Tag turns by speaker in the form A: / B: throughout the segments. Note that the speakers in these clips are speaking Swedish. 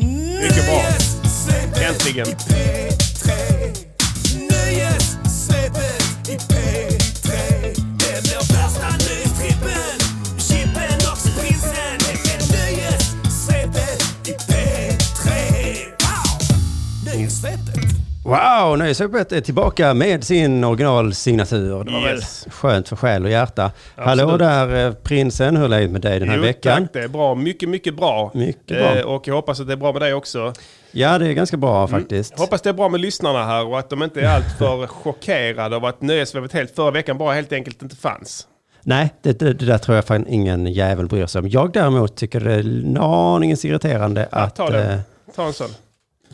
A: Mycket bra. Äntligen.
B: Wow, Nöjeshoppet är tillbaka med sin originalsignatur. Det var
A: Yes.
B: väl skönt för själ och hjärta. Hallå
A: Absolut.
B: där eh, prinsen, hur är läget med dig den här
A: Jo,
B: veckan?
A: Tack, det är bra. Mycket, mycket bra.
B: Mycket bra.
A: Eh, och jag hoppas att det är bra med dig också.
B: Ja, det är ganska bra faktiskt.
A: Jag hoppas det är bra med lyssnarna här och att de inte är alltför chockerade av att Nöjesvävet helt förra veckan bara helt enkelt inte fanns.
B: Nej, det, det, det där tror jag fan ingen jävel bryr sig om. Jag däremot tycker det är en aningens irriterande att...
A: Ta den.
B: eh,
A: Ta en sån.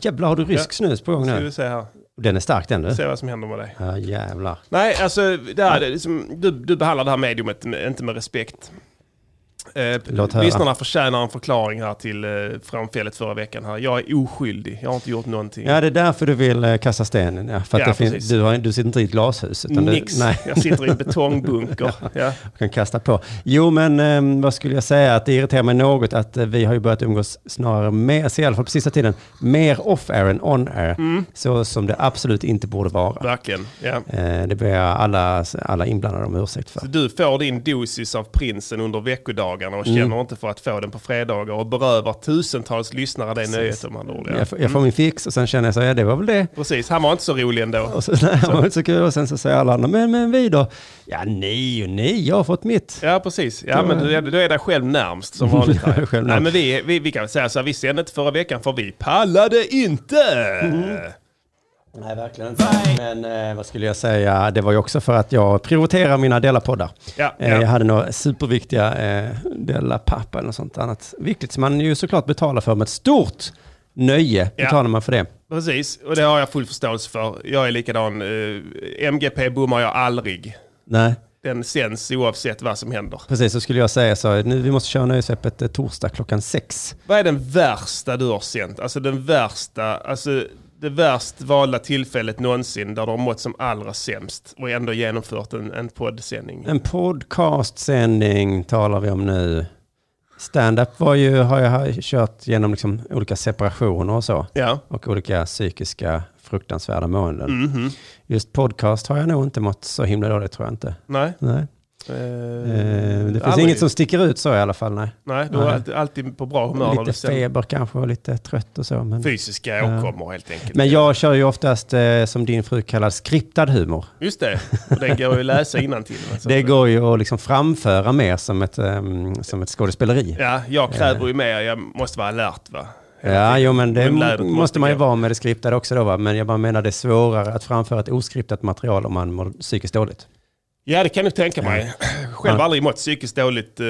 B: jävlar, har du rysk
A: Ja.
B: snus på gång
A: Ska vi
B: nu?
A: se här.
B: Den är stark den du.
A: Se vad som händer med dig.
B: Ja, jävlar.
A: Nej, alltså det här, det är liksom, du, du behandlar det här mediumet med, inte med respekt. Eh,
B: Låt höra.
A: lyssnarna förtjänar en förklaring här till eh, framfället förra veckan. Här. Jag är oskyldig, jag har inte gjort någonting.
B: Ja, det är därför du vill eh, kasta stenen. Ja, för att
A: Ja,
B: det finns,
A: precis.
B: du, har, du sitter inte i ett glashus. Utan du,
A: Nix,
B: nej.
A: jag sitter i en betongbunker. ja.
B: Jag kan kasta på. Jo, men eh, vad skulle jag säga? Att det irriterar mig något att eh, vi har ju börjat umgås snarare mer, så i alla fall på sista tiden, mer off-air än on-air. Så som det absolut inte borde vara.
A: Verkligen. Ja.
B: Eh, det ber jag alla, alla inblandade om ursäkt för.
A: Du får din dosis av prinsen under veckodagarna och
B: Mm.
A: känner inte för att få den på fredagar och berövar tusentals lyssnare det nöjet om man ord. Ja.
B: Jag, får- jag får min fix och sen känner jag så, ja det var väl det.
A: Precis, han var inte så rolig ändå.
B: Och så, nej, det var inte så kul. Och sen så säger alla andra, men, men vi då? Ja, ni och ni, jag har fått mitt.
A: Ja, precis. Ja, men du är, du är dig själv närmst som vanligt.
B: Jag är
A: Här.
B: själv
A: Nej,
B: närmst.
A: men vi, vi, vi kan väl säga så här, vi sände inte förra veckan för vi pallade inte!
B: Mm. Nej, verkligen inte. Men eh, vad skulle jag säga? Det var ju också för att jag prioriterar mina Della-poddar.
A: Ja,
B: eh,
A: ja.
B: Jag hade några superviktiga eh, Della-pappa eller något sånt annat viktigt som man ju såklart betalar för med ett stort nöje.
A: Ja.
B: Betalar man för det.
A: Precis, och det har jag full förståelse för. Jag är likadan. Eh, MGP bommar jag aldrig.
B: Nej,
A: Den sänds oavsett vad som händer.
B: precis. Så skulle jag säga så. Nu, vi måste köra nöjesöppet eh, torsdag klockan sex.
A: Vad är den värsta du har sänt? Alltså den värsta, alltså det värst valda tillfället någonsin där du har mått som allra sämst och ändå genomfört en, en poddsändning.
B: En podcastsändning talar vi om nu. Stand-up var ju, har jag har kört genom liksom olika separationer och så.
A: Ja,
B: och olika psykiska fruktansvärda måenden.
A: mhm.
B: Just podcast har jag nog inte mått så himla dåligt tror jag inte.
A: nej.
B: Nej.
A: Eh,
B: Eh, det finns
A: Mm, aldrig.
B: inget som sticker ut så i alla fall. Nej.
A: Nej, du var
B: Nej.
A: alltid, alltid på bra humör. när du
B: lite
A: sänd-
B: feber kanske och lite trött och så. Men,
A: Fysiska åkommor helt enkelt.
B: men jag kör ju oftast eh, som din fru kallar skriptad humor.
A: Just det, och den går ju att läsa innantill. Alltså.
B: Det går ju att liksom framföra mer som ett, ehm, som ett skådespeleri.
A: Ja, jag
B: Eh.
A: kräver ju mer, jag måste vara alert va?
B: Ja, jo, men det
A: Men lädret måste
B: måste man ju
A: gå.
B: vara med det skriptade också då, va? men jag bara menar det är svårare att framföra ett oskriptat material om man mår psykiskt dåligt.
A: Ja, det kan du tänka mig. Själv har aldrig mått psykiskt dåligt. eh,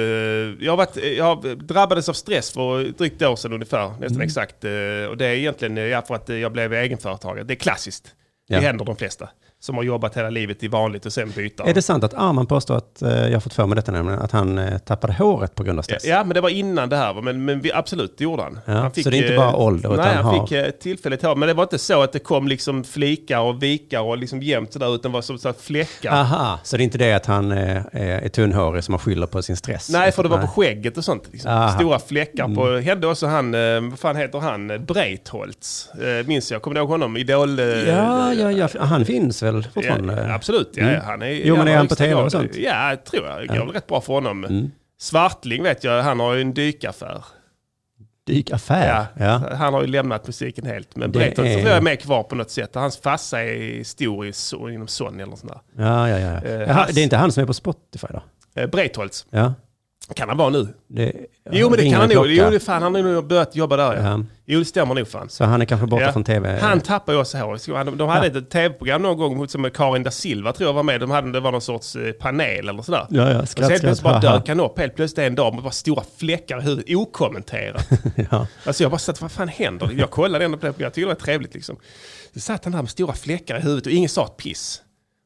A: Jag, har varit, jag drabbades av stress för drygt ett år sedan ungefär, nästan
B: Mm.
A: exakt. eh, Och det är egentligen eh, ja, för att eh, jag blev egenföretagare. Det är klassiskt.
B: Ja.
A: Det händer de flesta som har jobbat hela livet i vanligt och sen byter.
B: Är det sant att Arman påstår att, eh, jag har fått för mig detta nämligen, att han eh, tappade håret på grund av
A: Ja,
B: stress?
A: Ja, men det var innan det här. va? Men, men vi, absolut, det gjorde han.
B: Ja,
A: han eh,
B: så det är inte bara ålder,
A: Nej,
B: utan
A: han
B: har-
A: fick eh, tillfälligt hår. Men det var inte så att det kom liksom flikar och vikar och liksom jämnt sådär, utan var som så att fläckar.
B: Aha, så det är inte det att han eh, är tunnhårig som han skyller på sin stress?
A: Nej, för det var på skägget och sånt. Liksom.
B: Aha. Mm.
A: Stora fläckar på... Hände också han, eh, vad fan heter han, Breitholtz. Eh, Minns jag, kommer du ihåg honom? Idol... eh,
B: Ja, ja, ja, han finns väl
A: ja,
B: fortfarande?
A: absolut, ja,
B: Mm.
A: han är...
B: Jo, men är han på TV och sånt? Mm.
A: Ja, tror jag. Det går väl rätt bra för honom. Svartling vet jag, han har ju en dykaffär.
B: Dykaffär? Ja.
A: Han har ju lämnat musiken helt. Men
B: Det
A: Breitholtz
B: är-
A: tror jag är med kvar på något sätt. Hans farsa är stor i, so- inom Sony eller något sånt där.
B: Ja, ja, ja.
A: Eh,
B: Jaha,
A: Hass-
B: det är inte han som är på Spotify då?
A: Eh, Breitholtz,
B: Ja.
A: kan han vara nu?
B: Det,
A: Jo, men det
B: ringer
A: kan han
B: en
A: nog.
B: klocka.
A: Jo, det fan, han har nog börjat jobba där. Ja.
B: Ja.
A: Jo, det stämmer nog fan.
B: Så han är kanske borta
A: Ja.
B: från tv?
A: Han tappade ju också hår. De, de hade ett tv-program någon gång som Karin da Silva tror jag var med. De hade, det var någon sorts eh, panel eller sådär.
B: Ja, ja,
A: och sen
B: skratt,
A: helt
B: skratt,
A: plötsligt bara
B: haha.
A: dök han upp helt plötsligt en dag med bara stora fläckar i huvudet, okommenterat.
B: ja.
A: alltså jag bara satt, vad fan händer? Jag kollade ändå på det programmet, jag tyckte det var trevligt liksom. Så satt han där med stora fläckar i huvudet och ingen sa ett piss.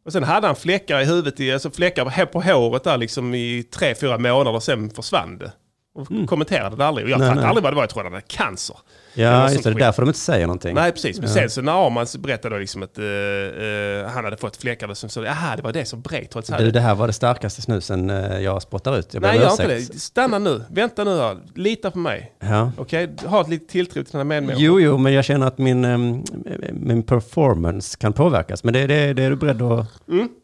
A: Och sen hade han fläckar i huvudet, i, alltså fläckar på- på håret där liksom i tre, fyra månader och sen försvann det. Och kommenterade det aldrig. Och jag
B: Mm. Nej,
A: fattade
B: nej.
A: aldrig vad det var. Jag trodde han hade cancer. Eller
B: Ja,
A: något
B: just det.
A: sånt
B: Det är därför de inte säger någonting.
A: Nej, precis. Men sen så när Arman så berättade då liksom att eh, eh, han hade fått fläckar och så sa aha, det var det som bröt trots allt.
B: Du, det här var det starkaste snusen eh, jag spottar ut. Jag ber
A: Nej,
B: om
A: gör inte
B: ursäkt.
A: det. Stanna nu. Vänta nu här. Lita på mig.
B: Ja.
A: Okej? Ha ett litet tilltro till dina medmänniskor.
B: Jo, jo, men jag känner att min, ehm, min performance kan påverkas. Men det, det, det är du beredd att, att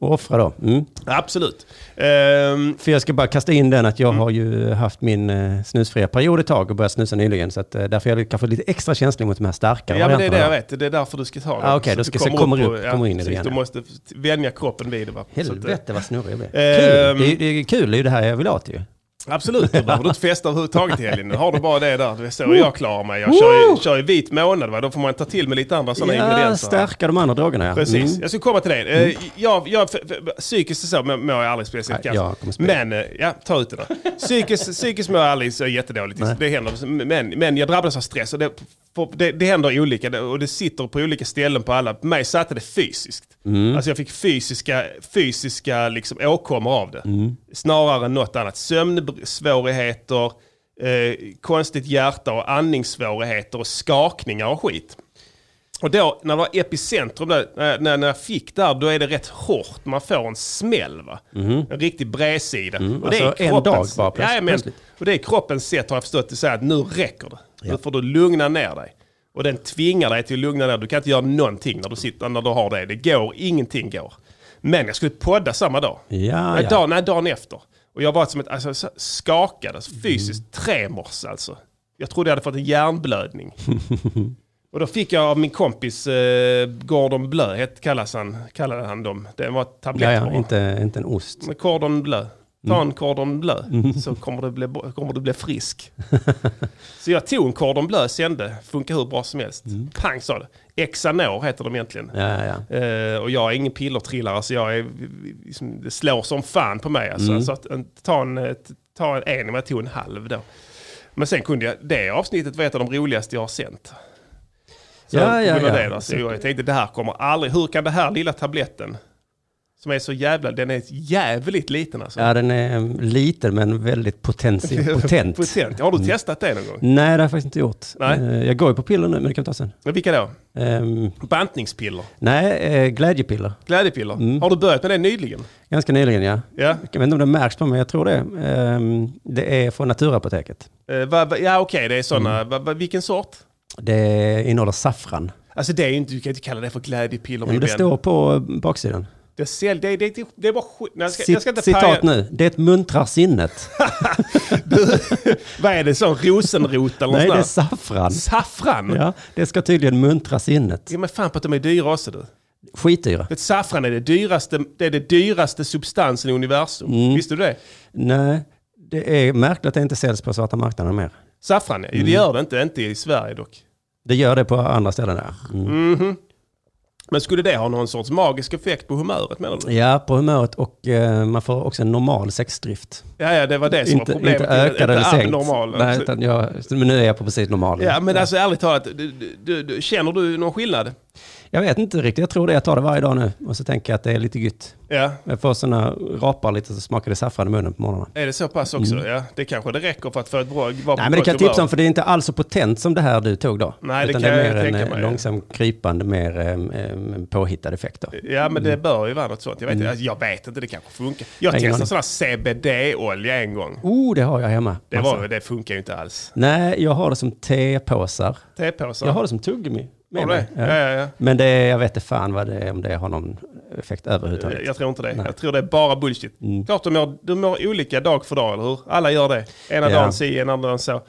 B: offra då. Mm.
A: Absolut. Ehm,
B: För jag ska bara kasta in den att jag har ju haft min eh, snusfria period ett tag och börjat snusa nyligen. Så att, eh, därför är jag kanske lite extra känslig mot de här starkare
A: ja, men det är det jag
B: varianterna.
A: vet. Det är därför du ska ta det.
B: Ah, okej,
A: Så
B: då
A: att
B: ska-
A: du
B: så kommer
A: på-
B: upp, kommer in i det
A: precis.
B: igen.
A: Du måste vänja kroppen vid det. Va? Så att, eh,
B: Helvete vad snurrig jag blir.
A: Ehm.
B: Kul. Det, är, det är kul, det är ju det här jag vill åt ju.
A: Absolut, då behöver du inte festa överhuvudtaget i helgen. Har du bara det där, det är så jag klarar mig. Jag kör, ju- kör i vit månad, va? då får man ta till med lite andra sådana
B: Ja,
A: ingredienser.
B: stärka de andra drogerna ja.
A: Precis,
B: Mm.
A: jag skulle komma till det. Eh, Jag, jag, för, för, psykiskt så mår jag aldrig speciellt
B: Nej, jag kommer
A: kanske.
B: spela.
A: Men, eh, ja, ta ut det då. Psykiskt, psykiskt mår jag aldrig så jättedåligt.
B: Nej.
A: Det händer. Men, men jag drabbades av stress och det, för- det, det händer olika. Det- Och det sitter på olika ställen på alla. På mig satte det fysiskt.
B: Mm.
A: Alltså jag fick fysiska, fysiska liksom, åkommor av det.
B: Mm.
A: Snarare än något annat. Sömnsvårigheter, eh, konstigt hjärta och andningssvårigheter och skakningar och skit. Och då, när det var epicentrum, där, när, när, när jag fick där, då är det rätt hårt. Man får en smäll, va? En riktig bredsida. Och
B: Mhm. alltså en
A: kroppens-
B: dag bara, plöts-
A: Jajamän.
B: plötsligt.
A: Och det är kroppens sätt, har jag förstått, att säga att nu räcker det. Nu får du lugna ner dig. Och den tvingar dig till att lugna ner dig. Du kan inte göra någonting när du, sitter, när du har det. Det går, ingenting går. Men jag skulle podda samma dag.
B: Ja,
A: Nej,
B: ja.
A: Dagen, nej, dagen efter. Och jag var som ett, alltså, så- skakad, alltså, fysiskt tremors alltså. Jag trodde jag hade fått en hjärnblödning. och då fick jag av min kompis eh, Gordon Blö, het, kallas han, kallade han dem. Det var
B: Ja,
A: tabletter
B: ja,
A: bara.
B: inte, Mm. inte en ost.
A: Men Cordon bleu. Ta en cordon bleu
B: Mm.
A: så kommer du, bli, bo- kommer du bli frisk. så jag tog en cordon bleu sände, funkar hur bra som helst.
B: Mm.
A: Pang sa det. Exanor heter de egentligen.
B: Ja, ja, ja.
A: Eh, och jag är ingen pillertrillare så jag är, liksom, det slår som fan på mig. Alltså.
B: Mm.
A: Så att, en, ta en, eh, t- ta en, en, men jag tog en halv då. Men sen kunde jag, det avsnittet var ett av de roligaste jag har sänt. Så
B: Ja,
A: på
B: ja,
A: grund av Det,
B: ja.
A: då, så jag tänkte det här kommer aldrig, hur kan det här lilla tabletten, som är så jävla, den är jävligt liten alltså.
B: ja, den är em, liten men väldigt potent. potent. Mm.
A: Potent. Har du testat det någon gång?
B: Nej, det har jag faktiskt inte gjort.
A: Nej.
B: Eh, Jag går ju på piller nu, men det kan vi ta sen.
A: Men Vilka då?
B: Ehm,
A: Bantningspiller?
B: nej, eh, glädjepiller.
A: Glädjepiller?
B: Mm.
A: Har du börjat med det nyligen?
B: Ganska nyligen, ja.
A: Ja,
B: Jag vet inte om det märks på mig, jag tror det. Ehm, det är från Naturapoteket.
A: Eh, va, va, ja okej, det är sådana.
B: Mm.
A: Va, va, vilken sort?
B: Det innehåller saffran.
A: Alltså det är ju inte, du kan inte kalla det för glädjepiller
B: Men
A: min
B: det
A: vän.
B: står på eh, baksidan.
A: Det, sälj, det, det, det, det är bara skit. Nej, Jag ska, jag ska
B: Cit-
A: inte
B: citat
A: paja.
B: nu. Det muntrar sinnet.
A: Vad är det så? Rosenrot eller
B: Nej, det är
A: något sånt
B: saffran.
A: där? Saffran? Ja.
B: Ja, det ska tydligen muntra sinnet.
A: men fan på att de är dyra också du.
B: Skitdyra.
A: Vet, saffran är det dyraste, det är det dyraste substansen i universum.
B: Mm.
A: Visste du det?
B: Nej, det är märkligt att det inte säljs på svarta marknaden mer.
A: Saffran, ja.
B: Mm.
A: det gör det inte. Inte i Sverige dock.
B: Det gör det på andra ställen där. Mm.
A: Men skulle det ha någon sorts magisk effekt på humöret menar du?
B: Ja, på humöret och eh, man får också en normal sexdrift.
A: Ja, ja det var det som
B: inte,
A: var problemet.
B: inte ökad eller sänkt.
A: abnormal. alltså.
B: Nej, utan jag, men nu är jag på precis normal.
A: Ja, men alltså ärligt talat, du, du, du, du, känner du någon skillnad?
B: Jag vet inte riktigt, jag tror det. Jag tar det varje dag nu och så tänker jag att det är lite gött.
A: Ja.
B: Jag får sådana rapar lite så smakar det saffran i munnen på morgonen.
A: Är det så pass också? Ja, det kanske det räcker för att få ett bra... vara på
B: Mm. Nej men det
A: gott
B: kan jag tipsa
A: humör.
B: om för det är inte alls så potent som det här du tog då.
A: Nej, det
B: Utan
A: kan
B: det
A: jag
B: är mer en
A: tänka
B: eh,
A: mig.
B: långsam krypande, mer em, em, påhittad effekt då.
A: Ja, men det bör ju vara något sånt. Jag vet, alltså, jag vet inte, det kanske funkar. Jag
B: Nej, Mm. ingen
A: testade sån här CBD-olja en gång.
B: Oh, det har jag hemma.
A: Det,
B: Massa.
A: var, det funkar ju inte alls.
B: Nej, jag har det som tepåsar.
A: Tepåsar.
B: Jag har det som tuggummi. med
A: Har du det?
B: mig.
A: Ja, ja,
B: Men det, är- jag vet inte fan vad det är, om det har någon effekt
A: ja.
B: överhuvudtaget.
A: Jag tror inte det. Jag tror det är bara bullshit.
B: Mm.
A: Klart de mår, de mår olika dag för dag, eller hur? Alla gör det. Ena
B: Ja. Mm.
A: dagen si, ena dagen så.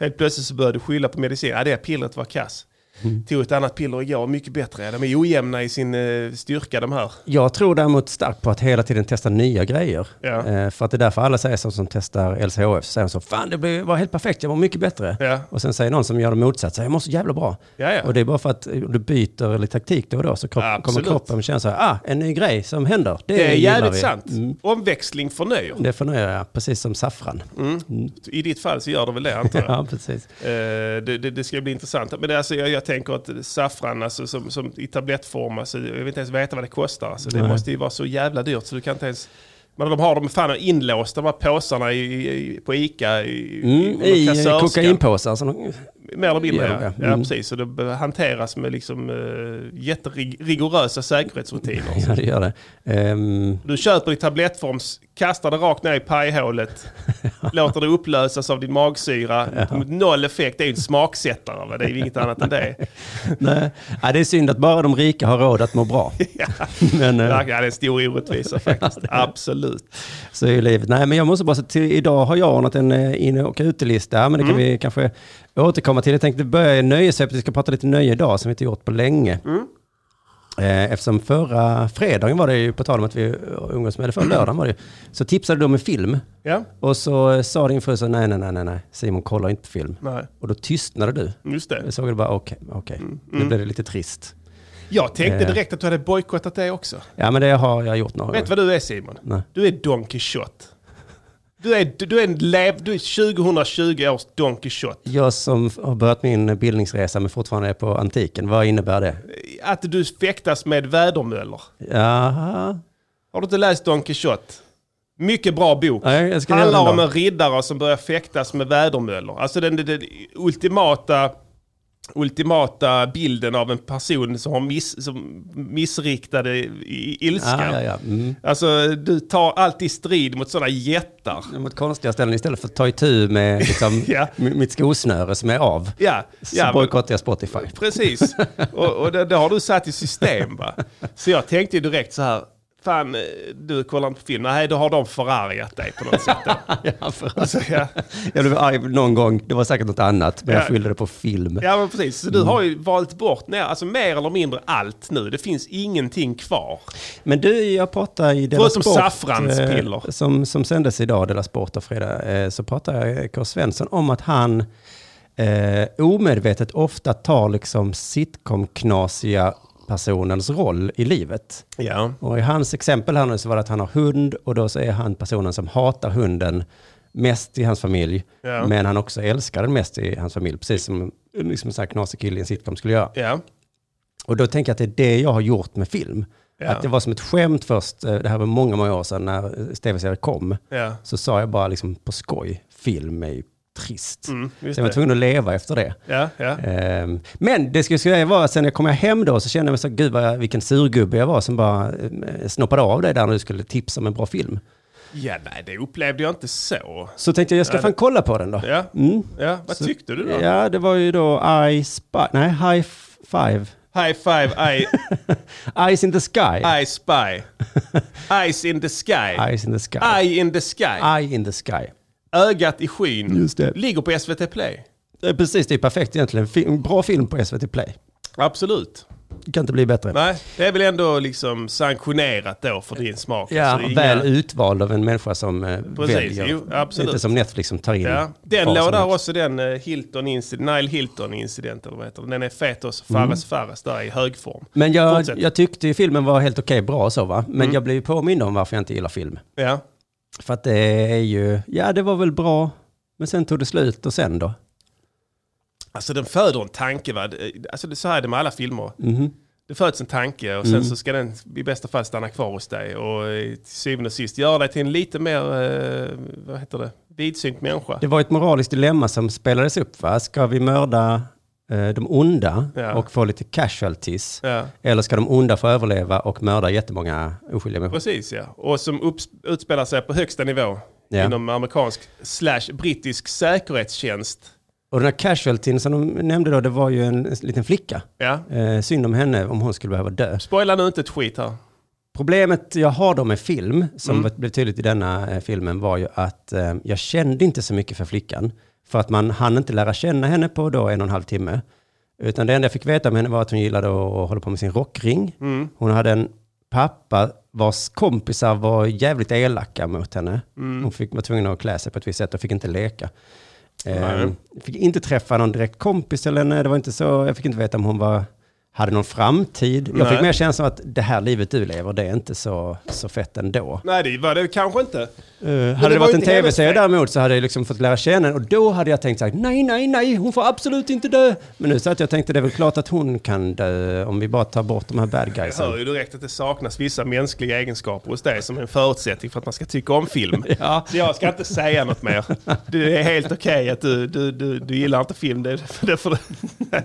A: Helt plötsligt så började du skylla på medicin. Ja, det pillret var kass.
B: Mm.
A: Tog ett annat piller igår, mycket bättre. Ja, De är ojämna i sin eh, styrka de här.
B: Jag tror däremot starkt på att hela tiden testa nya grejer.
A: Ja.
B: Eh, för att det är därför alla säger så som testar LCHF, så säger de så fan det blev, var helt perfekt, jag var mycket bättre.
A: Ja.
B: Och sen säger någon som gör det motsatt, så jag mår så jävla bra.
A: Ja, ja.
B: Och det är bara för att eh, du byter lite taktik då och då så kropp, kommer
A: Absolut.
B: kroppen känna så här, ah, en ny grej som händer. Det,
A: Det är
B: gillar
A: jävligt
B: vi. Mm.
A: sant. Omväxling förnöjer.
B: Det förnöjer jag, precis som saffran.
A: I ditt fall så gör det väl det antar jag.
B: Ja, precis.
A: Eh, det, det, det ska bli intressant. Men det, alltså, jag, jag tänker att saffran alltså, som, som i tablettform, alltså, jag vill inte ens veta vad det kostar. Alltså, det måste ju vara så jävla dyrt så du kan inte ens... Men de har dem fan inlåst, de här påsarna i, i, på Ica. I,
B: Mm, I
A: kassörskan.
B: kokainpåsar. som de-
A: Mer eller mindre,
B: Ja,
A: ja.
B: ja.
A: ja.
B: Mm.
A: precis. Och det be- hanteras med liksom, uh, jätterigorösa säkerhetsrutiner.
B: Ja, det gör det. Ehm,
A: Du köper i tablettform, s- kastar det rakt ner i pajhålet, låter det upplösas av din magsyra. Noll effekt, det är ju en smaksättare, va? det är ju inget annat än det.
B: nej. Ja, det är synd att bara de rika har råd att må bra.
A: Ja,
B: Men, eh,
A: ja, det är en stor orättvisa faktiskt. Absolut.
B: Så är ju livet. Nej, men jag måste bara säga till idag har jag ordnat en eh, inne och utelista, men det kan vi kanske återkomma till. Jag tänkte börja i nöjesvepet, vi ska prata lite nöje idag som vi inte gjort på länge. Eh, Eftersom förra fredagen var det ju, på tal om att vi umgås med, eller förra lördagen var det ju, så tipsade du om en film.
A: Ja,
B: Och så eh, sa din fru så nej, nej, nej, nej, nej, Simon kollar inte på film.
A: nej,
B: Och då tystnade du.
A: just
B: Jag
A: det.
B: såg det bara, okej, okej. Nu blev det lite trist.
A: Jag tänkte
B: Eh.
A: direkt att du hade bojkottat det också.
B: Ja, men det har jag gjort några
A: Vet du
B: gånger.
A: vad du är Simon?
B: Nej.
A: Du är Don Quixote. Du är, du, du är, en lev, du är 2020 års Don Quixote.
B: Jag som har börjat min bildningsresa men fortfarande är på antiken, vad innebär det?
A: Att du fäktas med vädermöller.
B: Jaha.
A: Har du inte läst Don Quixote? Mycket bra bok.
B: Ja, jag ska göra
A: Handlar
B: den
A: om
B: då.
A: en riddare som börjar fäktas med vädermöllor. Alltså den, den, den ultimata, ultimata bilden av en person som har miss, som missriktade i- i- ilska.
B: Ja, ja, ja. Mm.
A: Alltså du tar alltid strid mot sådana jättar.
B: Mot konstiga ställen istället för att ta itu med liksom,
A: Ja.
B: m- mitt skosnöre som är av.
A: Ja,
B: Så
A: ja, men-
B: bojkottar jag Spotify.
A: Precis, och, och det, det har du satt i system va. Så jag tänkte ju direkt så här, fan eh, du kollar inte på film, nej då har de förargat dig på något sätt.
B: Ja, för att-
A: Alltså, ja.
B: jag blev arg någon gång, det var säkert något annat, men jag
A: Ja.
B: skyllde det på film.
A: ja men precis, så
B: Mm.
A: du har ju valt bort nej, alltså, mer eller mindre allt nu, det finns ingenting kvar.
B: Men du, jag pratade i Della
A: Förutom
B: Sport,
A: saffranspiller.
B: eh, som, som sändes idag, Della Sport och fredag, eh, så pratade jag K. Svensson om att han eh, omedvetet ofta tar liksom sitcom-knasiga personens roll i livet.
A: Ja.
B: Och i hans exempel här nu så var det att han har hund och då så är han personen som hatar hunden mest i hans familj.
A: Ja.
B: Men han också älskar den mest i hans familj, precis som liksom en sån här knasig kille i en sitcom skulle göra.
A: Ja.
B: Och då tänker jag att det är det jag har gjort med film.
A: Ja.
B: Att det var som ett skämt först, eh, det här var många, många år sedan när eh, tv-serier kom,
A: Ja.
B: så sa jag bara liksom på skoj, film är ju trist.
A: Mm, just
B: så jag var
A: det.
B: tvungen att leva efter det.
A: Ja, ja.
B: Ehm, Men det skulle jag säga var att sen jag kom hem då så kände jag mig så, gud vad, jag- vilken surgubbe jag var som bara eh, snoppade av dig där när du skulle tipsa om en bra film.
A: ja, nej det upplevde jag inte så.
B: Så tänkte jag, jag ska fan kolla på den då.
A: Ja,
B: Mm.
A: ja. vad tyckte du då?
B: Ja, det var ju då I Spy, nej, High Five.
A: High five, I,
B: Eyes in the Sky.
A: I spy. Eyes in the sky.
B: Eyes in the Sky.
A: Eye in the sky.
B: Eye in the Sky.
A: Ögat i skyn.
B: Just det.
A: Ligger på SVT Play.
B: Det är precis, det är perfekt egentligen. Film, bra film på SVT Play.
A: Absolut.
B: Det kan inte bli bättre.
A: Nej, det är väl ändå liksom sanktionerat då för din smak.
B: Ja,
A: Alltså, inga-
B: väl utvald av en människa som eh,
A: Precis,
B: väljer.
A: jo, absolut.
B: Lite som Netflix som tar in.
A: Ja.
B: vad
A: Den
B: som
A: låg där
B: helst.
A: Mm. också, den eh, Hilton incident, Nile Hilton incident eller vad heter den. Den är fet också, Fares Fares där i högform.
B: Men jag,
A: Fortsätt. Mm.
B: jag tyckte ju filmen var helt okej, bra och så va. Men jag blev ju påmind om varför jag inte gillar film.
A: Ja.
B: För att det är ju, ja det var väl bra, men sen tog det slut och sen då?
A: Alltså den föder en tanke va. Det- Alltså det, så här är det med alla filmer. Det föds en tanke och sen så ska den i bästa fall stanna kvar hos dig. Och eh, till syvende och sist göra dig till en lite mer, eh, vad heter det, vidsynt människa.
B: Det var ett moraliskt dilemma som spelades upp va? Ska vi mörda eh, de onda
A: Ja.
B: och få lite casualties?
A: Ja.
B: Eller ska de onda få överleva och mörda jättemånga oskyldiga människor?
A: Precis ja, och som upps- utspelar sig på högsta nivå
B: Ja.
A: inom amerikansk slash brittisk säkerhetstjänst.
B: Och den här casualtyn som de nämnde då, det var ju en liten flicka.
A: Ja.
B: Eh, synd om henne om hon skulle behöva dö.
A: Spoila nu inte ett skit här.
B: Problemet jag har då med film, som var- blev tydligt i denna eh, filmen, var ju att eh, jag kände inte så mycket för flickan. För att man hann inte lära känna henne på då en och en halv timme. Utan det enda jag fick veta om henne var att hon gillade att hålla på med sin rockring. Hon hade en pappa vars kompisar var jävligt elaka mot henne. Hon fick, var tvungen att klä sig på ett visst sätt och fick inte leka. Eh, fick inte träffa någon direkt kompis till henne. Det var inte så, jag fick inte veta om hon var, hade någon framtid. Jag fick
A: Nej.
B: mer känslan av att det här livet du lever, det är inte så, så fett ändå.
A: Nej det var det kanske inte.
B: Eh, hade det
A: var
B: varit
A: ju
B: en
A: inte hennes
B: tv-serie
A: fel.
B: däremot så hade jag liksom fått lära känna henne och då hade jag tänkt så här, nej, nej, nej, hon får absolut inte dö. Men nu så att jag tänkte det är väl klart att hon kan dö om vi bara tar bort de här bad
A: Jag
B: guysen.
A: hör ju direkt att det saknas vissa mänskliga egenskaper hos dig som en förutsättning för att man ska tycka om film.
B: Ja.
A: Så jag ska inte säga något mer. Det är helt okej att du, du, du, du gillar inte film. Det, det, får du-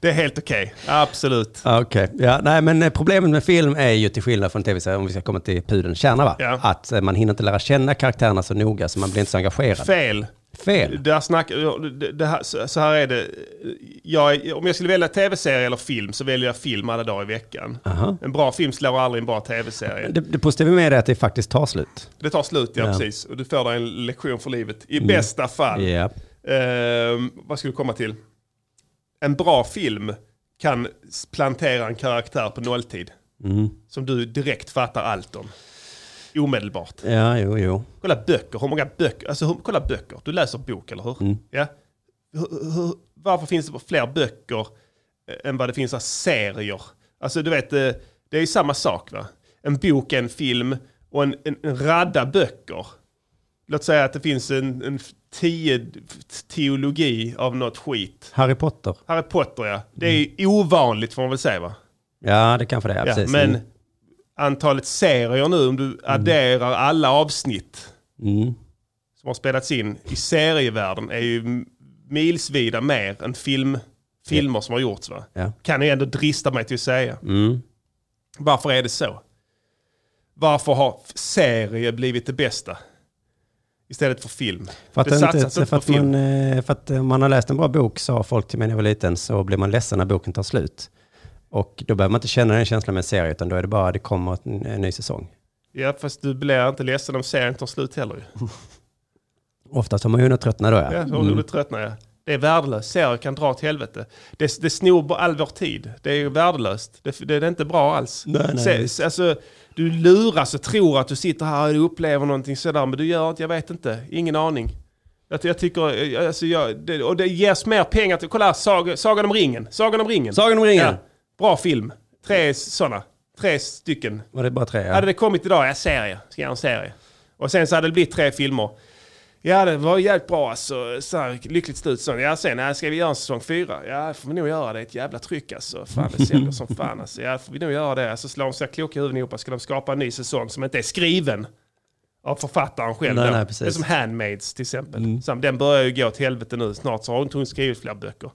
A: det är helt okej, absolut.
B: Ja, Okej, ja, nej men eh, problemet med film är ju till skillnad från tv-serier, om vi ska komma till pudelns kärna va?
A: Ja.
B: Att eh, man hinner inte lära känna karaktärerna så noga så man blir inte så engagerad.
A: Fel.
B: Fel.
A: Där snack, det, det här, så- så här är det. Jag, är- om jag skulle välja tv-serie eller film så väljer jag film alla dagar i veckan.
B: Aha.
A: En bra film slår aldrig en bra tv-serie.
B: Det, det positiva med det är att det faktiskt tar slut.
A: Det tar slut, ja,
B: Ja. Mm.
A: precis. Och du får dig en lektion för livet. I bästa fall.
B: Ja.
A: Ehm, vad skulle du komma till? En bra film kan s- plantera en karaktär på nolltid.
B: Mm.
A: Som du direkt fattar allt om. Omedelbart.
B: ja, jo, jo.
A: Kolla böcker, hur många böcker, alltså hur, kolla böcker, du läser bok eller hur?
B: Mm.
A: Ja. Hur, hur, varför finns det fler böcker eh, än vad det finns av serier? Alltså du vet, eh, det är ju samma sak va? En bok, en film och en, en, en radda böcker. Låt säga att det finns en, en tio teologi av något skit.
B: Harry Potter.
A: Harry Potter ja, det är ju ovanligt får man väl säga va?
B: Ja, det kanske det är.
A: Ja,
B: Mm. precis. Mm.
A: men antalet serier nu, om du adderar alla avsnitt
B: Mm.
A: som har spelats in i serievärlden är ju m- milsvida mer än film, filmer som har gjorts. Va?
B: Ja.
A: Kan jag ändå drista mig till att säga.
B: Mm.
A: Varför är det så? Varför har f- serie blivit det bästa? Istället för film.
B: För att,
A: det
B: det
A: satsas
B: inte,
A: inte på
B: för, att
A: film.
B: man, eh, för att eh, om man har läst en bra bok, sa folk till mig när jag var liten, så blir man ledsen när boken tar slut. Och då behöver man inte känna den känslan med en serie, utan då är det bara det kommer en, en ny säsong.
A: Ja, fast du blir inte ledsen om serien tar slut heller. ju.
B: Oftast har man ju hunnit tröttna då, ja.
A: Ja, så mm. tröttnar jag. Det är värdelöst. Serier kan dra åt helvete. Det, det snor bara all vår tid. Det är värdelöst. Det, det, är inte bra alls.
B: Nej, nej,
A: Se-
B: visst.
A: se- alltså, du luras och tror att du sitter här och upplever någonting sådär, men du gör inte, jag vet inte. Ingen aning. Jag, jag tycker, eh, alltså, jag, det, och det ges mer pengar till, kolla här, Saga, Sagan om ringen. Sagan om ringen.
B: Sagan om ringen!
A: Ja, bra film. Tre sådana. Tre stycken.
B: Var det bara tre? Ja.
A: Hade det kommit idag, ja serie, ska göra en serie. Och sen så hade det blivit tre filmer. Ja det var jävligt bra alltså, så här, lyckligt slut. Så, ja sen, ja, ska vi göra en säsong fyra? Ja får vi nog göra det, ett jävla tryck alltså. Fan det säljer som fan alltså. Ja får vi nog göra det. Alltså slår de sig kloka i huvudet ihop, ska de skapa en ny säsong som inte är skriven av författaren själv.
B: Nej,
A: då.
B: nej, precis.
A: Det är som Handmaids till exempel. Så, den börjar ju gå åt helvete nu, snart så har inte hon skrivit fler böcker.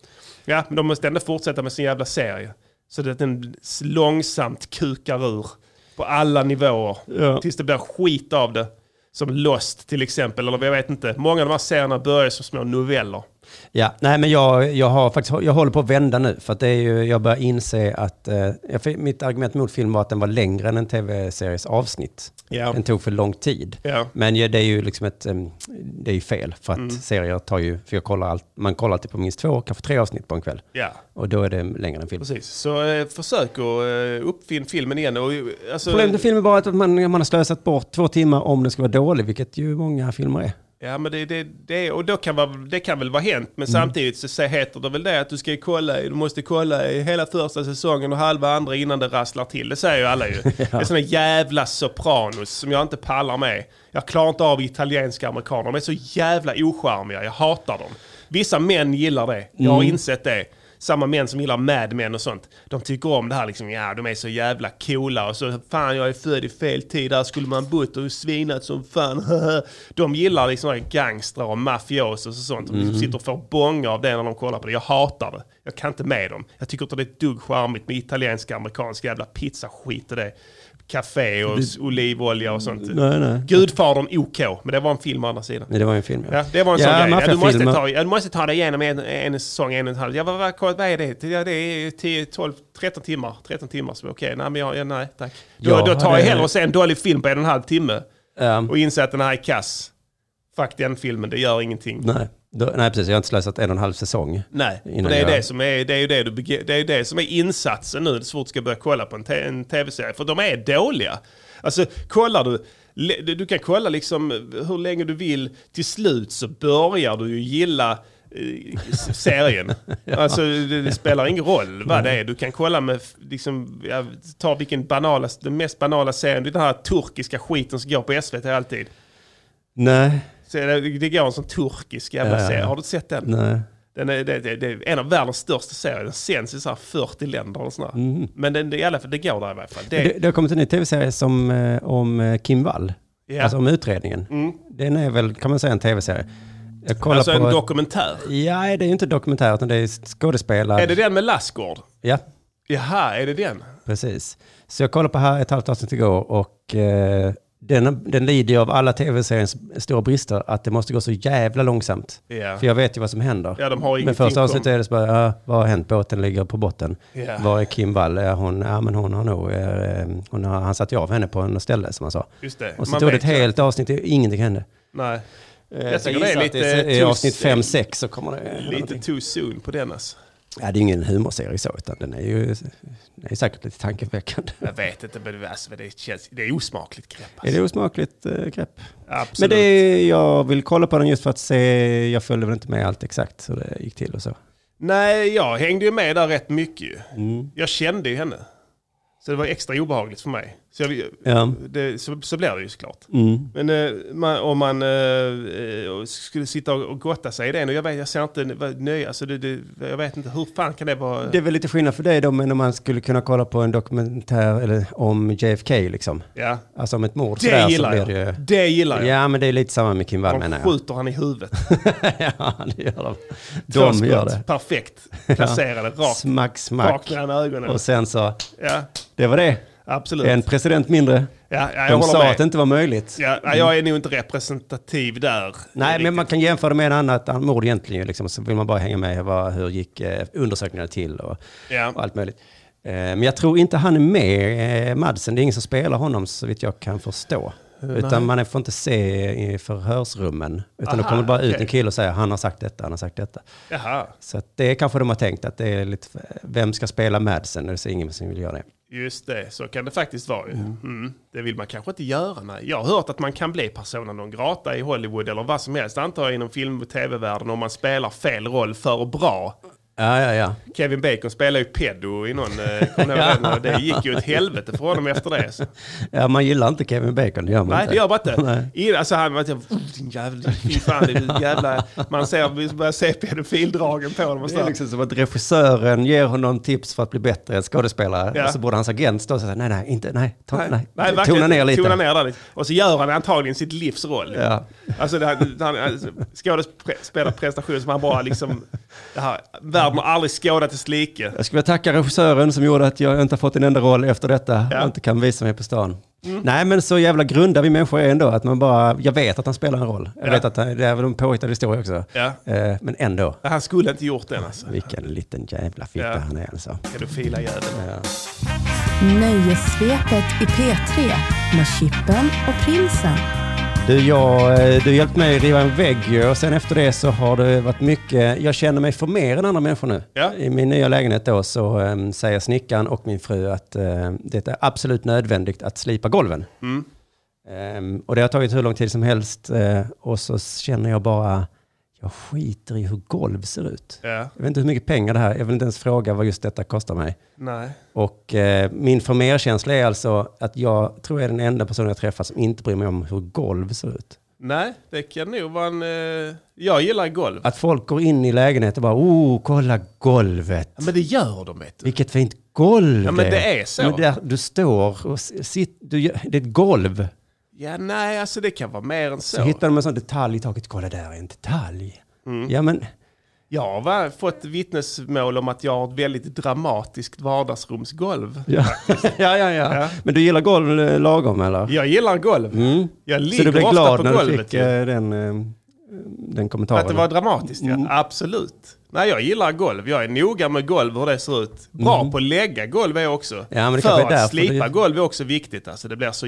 A: Ja men de måste ändå fortsätta med sin jävla serie. Så att den s- långsamt kukar ur på alla nivåer.
B: Ja.
A: Tills det blir skit av det. Som Lost till exempel, eller jag vet inte. Många av de här serierna börjar som små noveller.
B: Ja, nej men jag, jag, har faktiskt, jag håller på att vända nu för att det är ju, jag börjar inse att, eh, jag fick- mitt argument mot film var att den var längre än en tv-series avsnitt.
A: Ja.
B: Den tog för lång tid.
A: Ja. Mm.
B: Men ju- det är ju liksom ett, em, det är ju fel för att serier tar ju, för jag kollar allt, man kollar alltid på minst två, kanske tre avsnitt på en kväll.
A: Ja,
B: Och då är det längre än en film.
A: precis. Så eh, försök att eh, uppfinn filmen igen. Och, eh, alltså,
B: Problemet med film är bara att man, man har slösat bort två timmar om den ska vara dålig, vilket ju många filmer är.
A: ja, men det, det, det, och då kan vara, det kan väl vara hänt, men samtidigt så säger- heter det väl det att du ska kolla, du måste kolla i hela första säsongen och halva andra innan det rasslar till. Det säger ju alla ju. Det är såna jävla sopranos som jag inte pallar med. Jag klarar inte av italienska amerikaner, de är så jävla ocharmiga, jag hatar dem. Vissa män gillar det, jag har insett det. Samma män som gillar Mad Men och sånt. De tycker om det här liksom, ja de är så jävla coola och så fan jag är född i fel tid, där skulle man bott och svinat som fan. De gillar liksom här gangstrar och mafiosos och sånt. De
B: Mhm.
A: liksom sitter och får bånga av det när de kollar på det. Jag hatar det. Jag kan inte med dem. Jag tycker inte det är ett dugg charmigt med italiensk, amerikansk jävla pizzaskit och det. Café och s- olivolja och sånt.
B: Nej, nej.
A: Gudfadern OK, men det var en film å andra sidan.
B: Nej, Det var ju en film
A: Ja, det var en sån
B: Ja,
A: grej. Ja, du, måste
B: maffiafilmer.
A: ta, ja, du måste ta dig igenom en, en säsong, en och en halv. Ja, vad, vad, vad är det? Ja, det är 10, 12, 13 timmar. 13 timmar som är okej. Nej, men jag, ja, nej, tack. Då, då
B: Ja,
A: tar
B: det-
A: jag hellre och ser en dålig film på en och en halv timme
B: Ja.
A: och inser att den här är kass. Fuck den filmen, det gör ingenting.
B: Nej, då, nej, precis. Jag har inte slösat en och en halv säsong.
A: Nej,
B: Innan
A: och det är,
B: jag-
A: det, som är, det, är ju det, du, bege- det är ju det som är insatsen nu så fort du ska börja kolla på en, te- en tv-serie. För de är dåliga. Alltså kollar du, le- du kan kolla liksom hur länge du vill. Till slut så börjar du ju gilla eh, s- serien. Alltså det, det spelar ingen roll vad det är. Du kan kolla med, f- liksom, ja, ta vilken banala, den mest banala serien. Det är den här turkiska skiten som går på SVT alltid.
B: Nej,
A: Så är det, det går en sån turkisk jävla
B: Ja, ja,
A: serie.
B: ja.
A: Har du sett den?
B: nej.
A: den är, det, det, det är en av världens största serier. Den sänds i så här 40 länder och sådär.
B: Mm.
A: Men den, det, i alla fall, det går där i varje fall. Det,
B: Det, det har kommit en ny tv-serie som, eh, om eh, Kim Wall,
A: ja.
B: alltså om utredningen.
A: mm.
B: Den är väl, kan man säga, en tv-serie. Jag kollar
A: alltså en
B: på...
A: dokumentär.
B: ja, det är ju inte dokumentär, utan det är skådespelare.
A: Är det den med Lassgård?
B: Ja,
A: Jaha, är det den?
B: precis. Så jag kollade på här ett halvt avsnitt igår och eh, den, den lider ju av alla tv-seriens stora brister, att det måste gå så jävla långsamt.
A: Ja.
B: För jag vet ju vad som händer.
A: Ja, de har
B: Men
A: ingenting
B: första avsnittet
A: kom-
B: är det så bara, ja, vad har hänt? Båten ligger på botten.
A: Ja.
B: Var är Kim Wall? Ja, hon, ja, men hon har nog, eh, hon har, han satte ju av henne på något ställe som han sa.
A: Just det.
B: Och så
A: Man
B: tog det
A: vet
B: ett
A: ju-
B: helt avsnitt, ingenting hände.
A: Nej,
B: Eh,
A: Jag
B: så
A: tycker det är
B: gissar att
A: lite
B: I
A: tus-
B: avsnitt 5-6 så kommer det... hända
A: lite
B: någonting.
A: too soon på den alltså.
B: Ja, det är ingen humorserie så, utan den är ju, den är ju säkert lite tankeväckande.
A: Jag vet inte, men alltså, det, känns, det är osmakligt grepp. Alltså.
B: Är det osmakligt eh, grepp?
A: Absolut.
B: Men det är, jag vill kolla på den just för att se, jag följde väl inte med allt exakt hur det gick till och så.
A: Nej, jag hängde ju med där rätt mycket ju.
B: Mm.
A: Jag kände ju henne. Så det var extra obehagligt för mig. Så, jag,
B: Ja.
A: det, så, så blir det ju såklart.
B: Mm.
A: Men eh, man, om man eh, eh, skulle sitta och gotta sig i den, och jag, vet, jag ser inte vad- nöje, alltså det, det, jag vet inte hur fan kan det vara...
B: Det är väl lite skillnad för dig då, men om man skulle kunna kolla på en dokumentär eller, om JFK liksom.
A: ja.
B: Alltså om ett mord
A: det,
B: sådär,
A: gillar
B: så
A: jag.
B: blir det ju...
A: det gillar jag.
B: Ja, men det är lite samma med Kim Wall menar
A: De
B: jag.
A: skjuter han i huvudet.
B: ja, det gör
A: Två
B: de. De
A: skott,
B: gör det.
A: Perfekt placerade, rakt,
B: Smack,
A: rakt
B: smack.
A: mellan ögonen.
B: Och sen så,
A: Ja,
B: det var det.
A: absolut.
B: En president mindre.
A: ja, ja, jag
B: De
A: håller
B: sa
A: med.
B: att det inte var möjligt.
A: Ja, nej, jag är nog inte representativ där.
B: Nej, men
A: Riktigt.
B: man kan jämföra det med en annat an- mord egentligen. ju, Liksom. Så vill man bara hänga med vad, hur gick eh, undersökningarna till och, och
A: Ja.
B: allt möjligt. Eh, men jag tror inte han är med, eh, Madsen. Det är ingen som spelar honom så vitt jag kan förstå.
A: Eh,
B: Utan man får inte se i förhörsrummen. Utan
A: Aha,
B: det kommer bara ut
A: okej.
B: en kille och säger han har sagt detta, han har sagt detta.
A: Jaha,
B: Så att det är kanske de har tänkt att det är lite, vem ska spela Madsen? Och så är ingen som vill göra det.
A: just det. Så kan det faktiskt vara ju. Mm. Det vill man kanske inte göra, nej. Jag har hört att man kan bli persona non grata i Hollywood eller vad som helst, antar jag, inom film och tv-världen om man spelar fel roll för bra.
B: Ja, ja, ja.
A: Kevin Bacon spelar ju pedo i någon, eh, kommer ni ihåg den? det gick ju åt helvete för honom efter det. Så.
B: ja man gillar inte Kevin Bacon, det gör man
A: Nej,
B: inte.
A: det gör man inte.
B: Nej.
A: Innan, alltså han var typ, "Oh, din jävla, fy fan, det är du jävla... Man ser, börjar se pedofildragen på honom och
B: Det är
A: sådär.
B: liksom som att regissören ger honom tips för att bli bättre skådespelare.
A: Ja.
B: Och så borde hans agent stå och säga nej, nej, inte, nej, ta, nej,
A: verkligen.
B: tona ner lite.
A: Tona ner där lite. Och så gör han antagligen sitt livs roll.
B: Ja.
A: Alltså, det, här- han alltså, skådespelar prestation som han bara liksom... Det här, världen har aldrig skådat dess like.
B: Jag skulle vilja tacka regissören som gjorde att jag inte har fått en enda roll efter detta
A: Ja. Mm.
B: och inte kan visa mig på stan. Nej, men så jävla grunda vi människor är ändå, att man bara, jag vet att han spelar en roll. Jag
A: Ja.
B: vet att han, det är väl en påhittad historia också.
A: Ja.
B: Eh, men ändå,
A: Han skulle inte gjort den alltså.
B: vilken liten jävla fitta
A: Ja.
B: han är alltså.
A: Pedofila jäveln.
B: Ja.
C: Nöjessvepet i P3 med Chippen och Prinsen.
B: Du, jag, eh, du hjälpte mig riva en vägg ju, och sen efter det så har det varit mycket, jag känner mig för mer än andra människor nu.
A: Ja.
B: I min nya lägenhet då så eh, säger snickaren och min fru att eh, det är absolut nödvändigt att slipa golven.
A: Mm.
B: Ehm, och det har tagit hur lång tid som helst eh, och så känner jag bara, jag skiter i hur golv ser ut.
A: Ja.
B: Jag vet inte hur mycket pengar det här, jag vill inte ens fråga vad just detta kostar mig.
A: Nej.
B: Och eh, min förmerkänsla är alltså att jag tror jag är den enda personen jag träffar som inte bryr mig om hur golv ser ut.
A: Nej, det kan nog vara en... Eh, jag gillar golv.
B: Att folk går in i lägenheten och bara, oh, kolla golvet.
A: Ja, men det gör de vet du.
B: Vilket fint golv
A: Ja, men det är så.
B: Men där, du står och s- sitt, du, gör- det är ett golv.
A: Ja, nej, alltså det kan vara mer än
B: Så,
A: så.
B: hittar de en sån detalj i taket, kolla där är en detalj.
A: Mm.
B: Ja men,
A: Jag har va- fått vittnesmål om att jag har ett väldigt dramatiskt vardagsrumsgolv.
B: ja. ja, ja, ja.
A: Ja.
B: Men du gillar golv eh, lagom eller?
A: Jag gillar golv.
B: Mm.
A: Jag ligger
B: Så du blev
A: ofta
B: glad
A: på
B: när
A: golvet.
B: du fick
A: ju.
B: eh, den, eh, den kommentaren?
A: Att det var dramatiskt,
B: Mm.
A: ja. Absolut. Nej, jag gillar golv. Jag är noga med golv, hur det ser ut. Bra på att lägga golv är jag också.
B: Mm. Ja, men det kanske är
A: För
B: därför
A: att slipa
B: du-
A: golv är också viktigt. Alltså, det blir så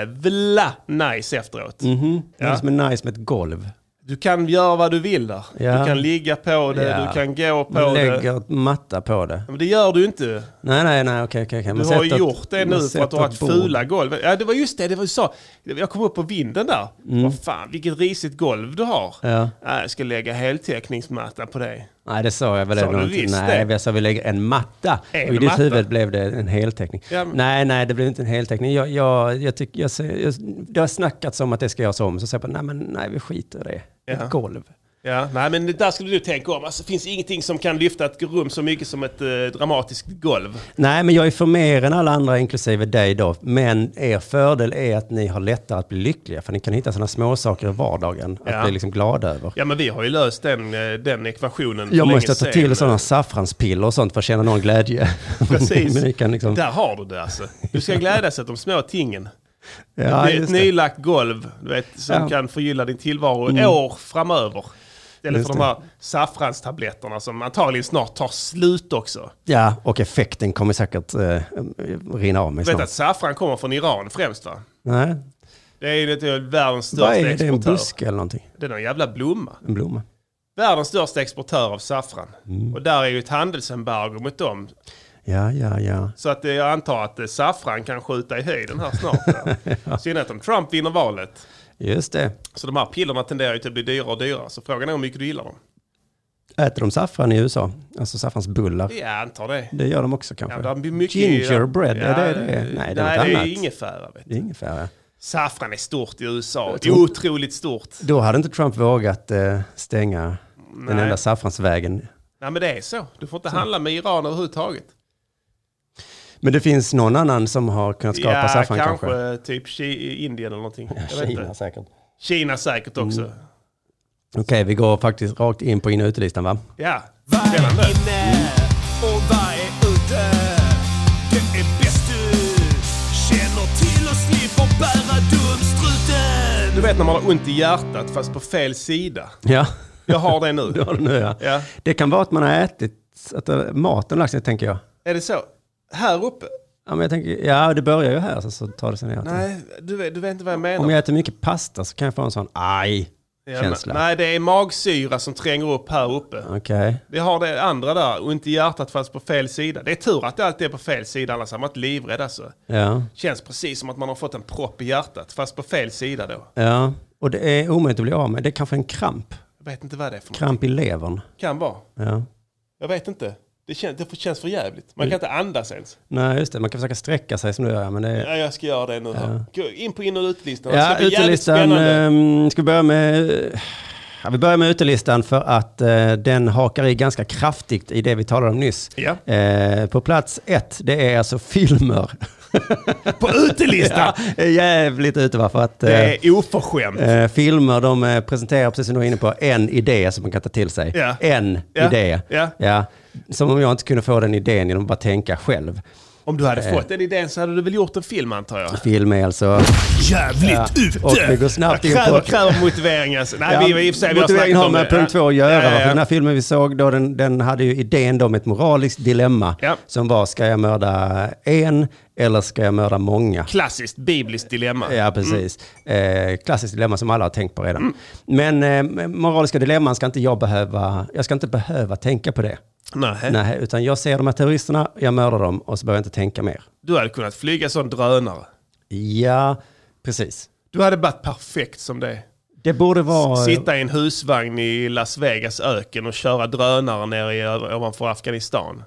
A: jävla nice efteråt.
B: Mhm. Det är
A: Ja.
B: som är nice med ett golv.
A: Du kan göra vad du vill där.
B: Ja.
A: Du kan ligga på det,
B: Ja.
A: du kan gå på
B: Man
A: det.
B: lägger ett matta på det.
A: Men det gör du inte.
B: Nej, nej, nej, okej, okej. okej.
A: Du
B: Man
A: har ju
B: sätter ett-
A: gjort det
B: man
A: nu för att du
B: sätter
A: har
B: ett
A: haft
B: bord.
A: fula golv. Ja, det var just det. det var ju så. Jag kom upp på vinden där. Vad fan, vilket risigt golv du har.
B: Mm. Ja.
A: Ja, jag ska lägga heltäckningsmatta på dig.
B: Nej, det sa jag väl
A: Sa
B: ändå
A: du
B: inte.
A: visst
B: Nej,
A: det?
B: jag sa vi lägger en matta.
A: En
B: och i ditt
A: matta?
B: huvud blev det en heltäckning.
A: Ja, men-
B: Nej, nej, det blev inte en heltäckning. Jag, jag, jag tycker, jag, ser- jag, det har snackats om att det ska göras om, så säger jag bara, nej, men nej, vi skiter i det.
A: Ja.
B: Ett golv.
A: Ja, nej men det där skulle du tänka om. Alltså, det finns ingenting som kan lyfta ett rum så mycket som ett eh, dramatiskt golv.
B: Nej, men jag är för mer än alla andra, inklusive dig då. Men er fördel är att ni har lättare att bli lyckliga, för ni kan hitta sådana små saker i vardagen att
A: Ja.
B: bli liksom glada över.
A: Ja men vi har ju löst den, eh, den ekvationen för
B: Jag
A: länge
B: måste ta
A: sedan.
B: till sådana saffranspiller och sånt för att känna någon glädje.
A: Precis.
B: Men ni kan liksom,
A: Där har du det alltså. Du ska glädjas åt de små tingen.
B: ja,
A: det är ett
B: just det.
A: nylagt golv du vet, som
B: Ja. Mm.
A: kan förgylla din tillvaro år framöver. Istället
B: Just
A: för de här saffranstabletterna som antagligen snart tar slut också.
B: Ja, och effekten kommer säkert eh, rinna av mig
A: Du vet
B: snart.
A: att saffran kommer från Iran främst va?
B: Nej.
A: Det är ju det är världens
B: Vad
A: största
B: är det? En
A: exportör.
B: buske eller någonting?
A: Det är någon jävla blomma.
B: En blomma?
A: Världens största exportör av saffran.
B: Mm.
A: Och där är ju ett handelsembargo mot dem.
B: Ja, ja, ja.
A: Så att eh, jag antar att eh, saffran kan skjuta i höjden här snart. va? I synnerhet om Trump vinner valet.
B: Just det.
A: Så de här pillerna tenderar ju till att bli dyrare och dyrare. Så frågan är hur mycket du gillar dem.
B: Äter de saffran i USA? Alltså saffransbullar?
A: Ja, jag antar det.
B: Det gör de också
A: Ja,
B: kanske?
A: det blir mycket,
B: Gingerbread, är det det?
A: Nej,
B: Nej,
A: det
B: det
A: är,
B: är något annat.
A: ingefära. Vet. du.
B: Det är ungefär, ja.
A: Saffran är stort i USA.
B: Jag
A: Det är
B: tror-
A: otroligt stort.
B: Då hade inte Trump vågat eh, stänga den
A: Nej.
B: enda saffransvägen.
A: Nej, men det är så. Du får inte handla med Iran överhuvudtaget.
B: Men det finns någon annan som har kunnat skapa
A: ja,
B: saffran kanske?
A: typ Ki- Indien eller någonting. Jag vet
B: Kina Mm.
A: inte.
B: säkert.
A: Kina säkert också.
B: Okej, vi går faktiskt rakt in på in och utelistan va?
A: Ja,
D: Vad
A: spännande.
D: är inne och vad är ute? Det är bäst du känner till och slipper bära
A: Du
D: dumstruten.
A: vet när man har ont i hjärtat fast på fel sida.
B: Ja,
A: Jag har det nu.
B: du har det nu ja.
A: Ja.
B: Det kan vara att man har ätit, att eh, maten har lagt sig tänker jag.
A: Är det så? Här uppe?
B: Ja, men jag tänker, ja det börjar ju här så, så tar det sig ner. till-
A: Nej, du vet, du vet inte vad jag menar.
B: Om jag äter mycket pasta så kan jag få en sån aj.
A: Ja,
B: känsla.
A: Nej, det är magsyra som tränger upp här uppe.
B: Okej.
A: Vi har det andra där, och inte hjärtat fast på fel sida. Det är tur att det alltid är på fel sida, annars hade man varit livrädd alltså.
B: Ja.
A: Känns precis som att man har fått en propp i hjärtat, fast på fel sida då.
B: ja. Och det är omöjligt att bli av med. Det är kanske en kramp.
A: Jag vet inte vad det är för något.
B: Kramp i levern.
A: Kan vara.
B: Ja.
A: Jag vet inte. Det, kän det känns för jävligt. Man kan inte andas ens.
B: Nej, just det. Man kan försöka sträcka sig som du gör. Men det är...
A: Ja, jag ska göra det nu. här. Gå In på in och utlistan. Det ska
B: Ja,
A: bli jävligt
B: utelistan.
A: spännande.
B: ehm, ska vi börja med... Ja, vi börjar med utelistan för att eh, den hakar i ganska kraftigt i det vi talade om nyss.
A: Ja.
B: Eh, på plats ett, det är alltså filmer.
A: På utelistan!
B: Ja, är jävligt ute va? För att, eh,
A: Det är oförskämt.
B: Eh, filmer, de eh, presenterar, precis som du var inne på, en idé som man kan ta till sig.
A: Ja.
B: En
A: Ja.
B: idé.
A: Ja.
B: Som om jag inte kunde få den idén genom att bara tänka själv.
A: Om du hade
B: Eh.
A: fått den idén så hade du väl gjort en film antar jag.
B: Film är alltså...
D: Jävligt
B: Ja.
D: ute.
B: Och vi går snabbt
A: Jag
B: in
A: kräver,
B: på...
A: kräver motivering alltså. Nej, vi, vi, i och för sig, vi har
B: Motiveringen
A: snackat
B: har
A: om
B: med
A: det.
B: punkt två att göra.
A: Ja,
B: va? För
A: ja,
B: den här
A: ja.
B: filmen vi såg då, den, den hade ju idén då om ett moraliskt dilemma.
A: Ja.
B: Som var, ska jag mörda en eller ska jag mörda många?
A: Klassiskt bibliskt dilemma.
B: Ja, precis.
A: Mm.
B: Eh, klassiskt dilemma som alla har tänkt på redan. Men eh, moraliska dilemman ska inte jag behöva, jag ska inte behöva tänka på det.
A: Nej.
B: Nej, utan jag ser de här terroristerna, jag mördar dem och så behöver jag inte tänka mer.
A: Du hade kunnat flyga som drönare.
B: Ja, precis.
A: Du hade varit perfekt som det.
B: Det borde vara...
A: Sitta i en husvagn i Las Vegas öken och köra drönare nere i, ovanför Afghanistan.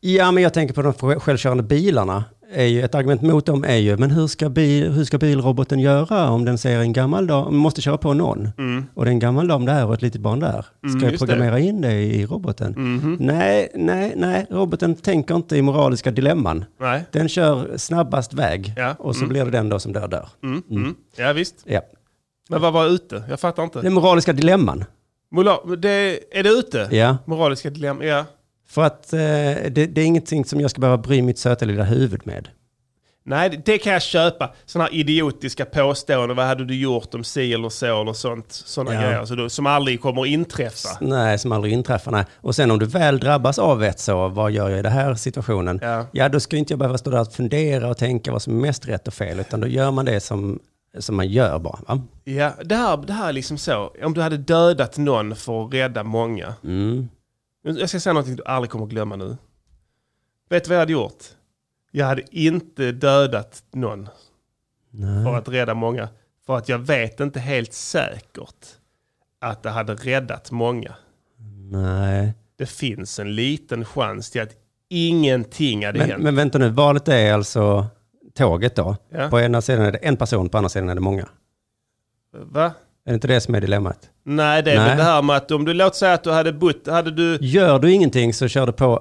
B: Ja, men jag tänker på de sj- självkörande bilarna. Är ju, ett argument mot dem är ju, men hur ska, bil, hur ska bilroboten göra om den ser en gammal dam, om den måste köra på någon? Och det är en gammal dam där och ett litet barn där. Ska jag
A: just
B: programmera in Mm. det Mhm. i roboten? Nej, nej, nej, roboten tänker inte i moraliska dilemman.
A: Nej.
B: Den kör snabbast väg
A: Ja,
B: och så blir det den då som dör där.
A: Mm. Mm. Ja visst.
B: Ja.
A: Men vad var ute? Jag fattar inte.
B: Det är moraliska dilemman.
A: Mola, det, är det ute?
B: Ja.
A: Moraliska dilemma, ja.
B: För att eh, det, det är ingenting som jag ska behöva bry mitt söta lilla huvud med.
A: Nej, det- det kan jag köpa. Sådana här idiotiska påståenden. Vad hade du gjort om si eller så eller sånt. Sådana
B: Ja.
A: grejer så då, som aldrig kommer att inträffa.
B: Nej, som aldrig inträffar. Nej. Och sen om du väl drabbas av ett så, vad gör jag i den här situationen?
A: Ja.
B: då ska inte jag behöva stå där och fundera och tänka vad som är mest rätt och fel, utan då gör man det som, som man gör bara. Va?
A: Ja, det här, det här är liksom så. Om du hade dödat någon för att rädda många.
B: Mm.
A: Nu- Jag ska säga någonting du aldrig kommer att glömma nu. Vet du vad jag hade gjort? Jag hade inte dödat någon
B: Nej.
A: för att rädda många. För att jag vet inte helt säkert att det hade räddat många.
B: Nej.
A: Det det finns en liten chans till att ingenting hade
B: Men,
A: hänt.
B: men vänta nu, valet är alltså tåget då.
A: Ja.
B: På ena sidan är det en person, på andra sidan är det många.
A: Va?
B: Är det inte det som är dilemmat?
A: Nej, det är
B: Nej.
A: väl det här med att om du, låt säga att du hade bott, hade du...
B: Gör du ingenting så kör du på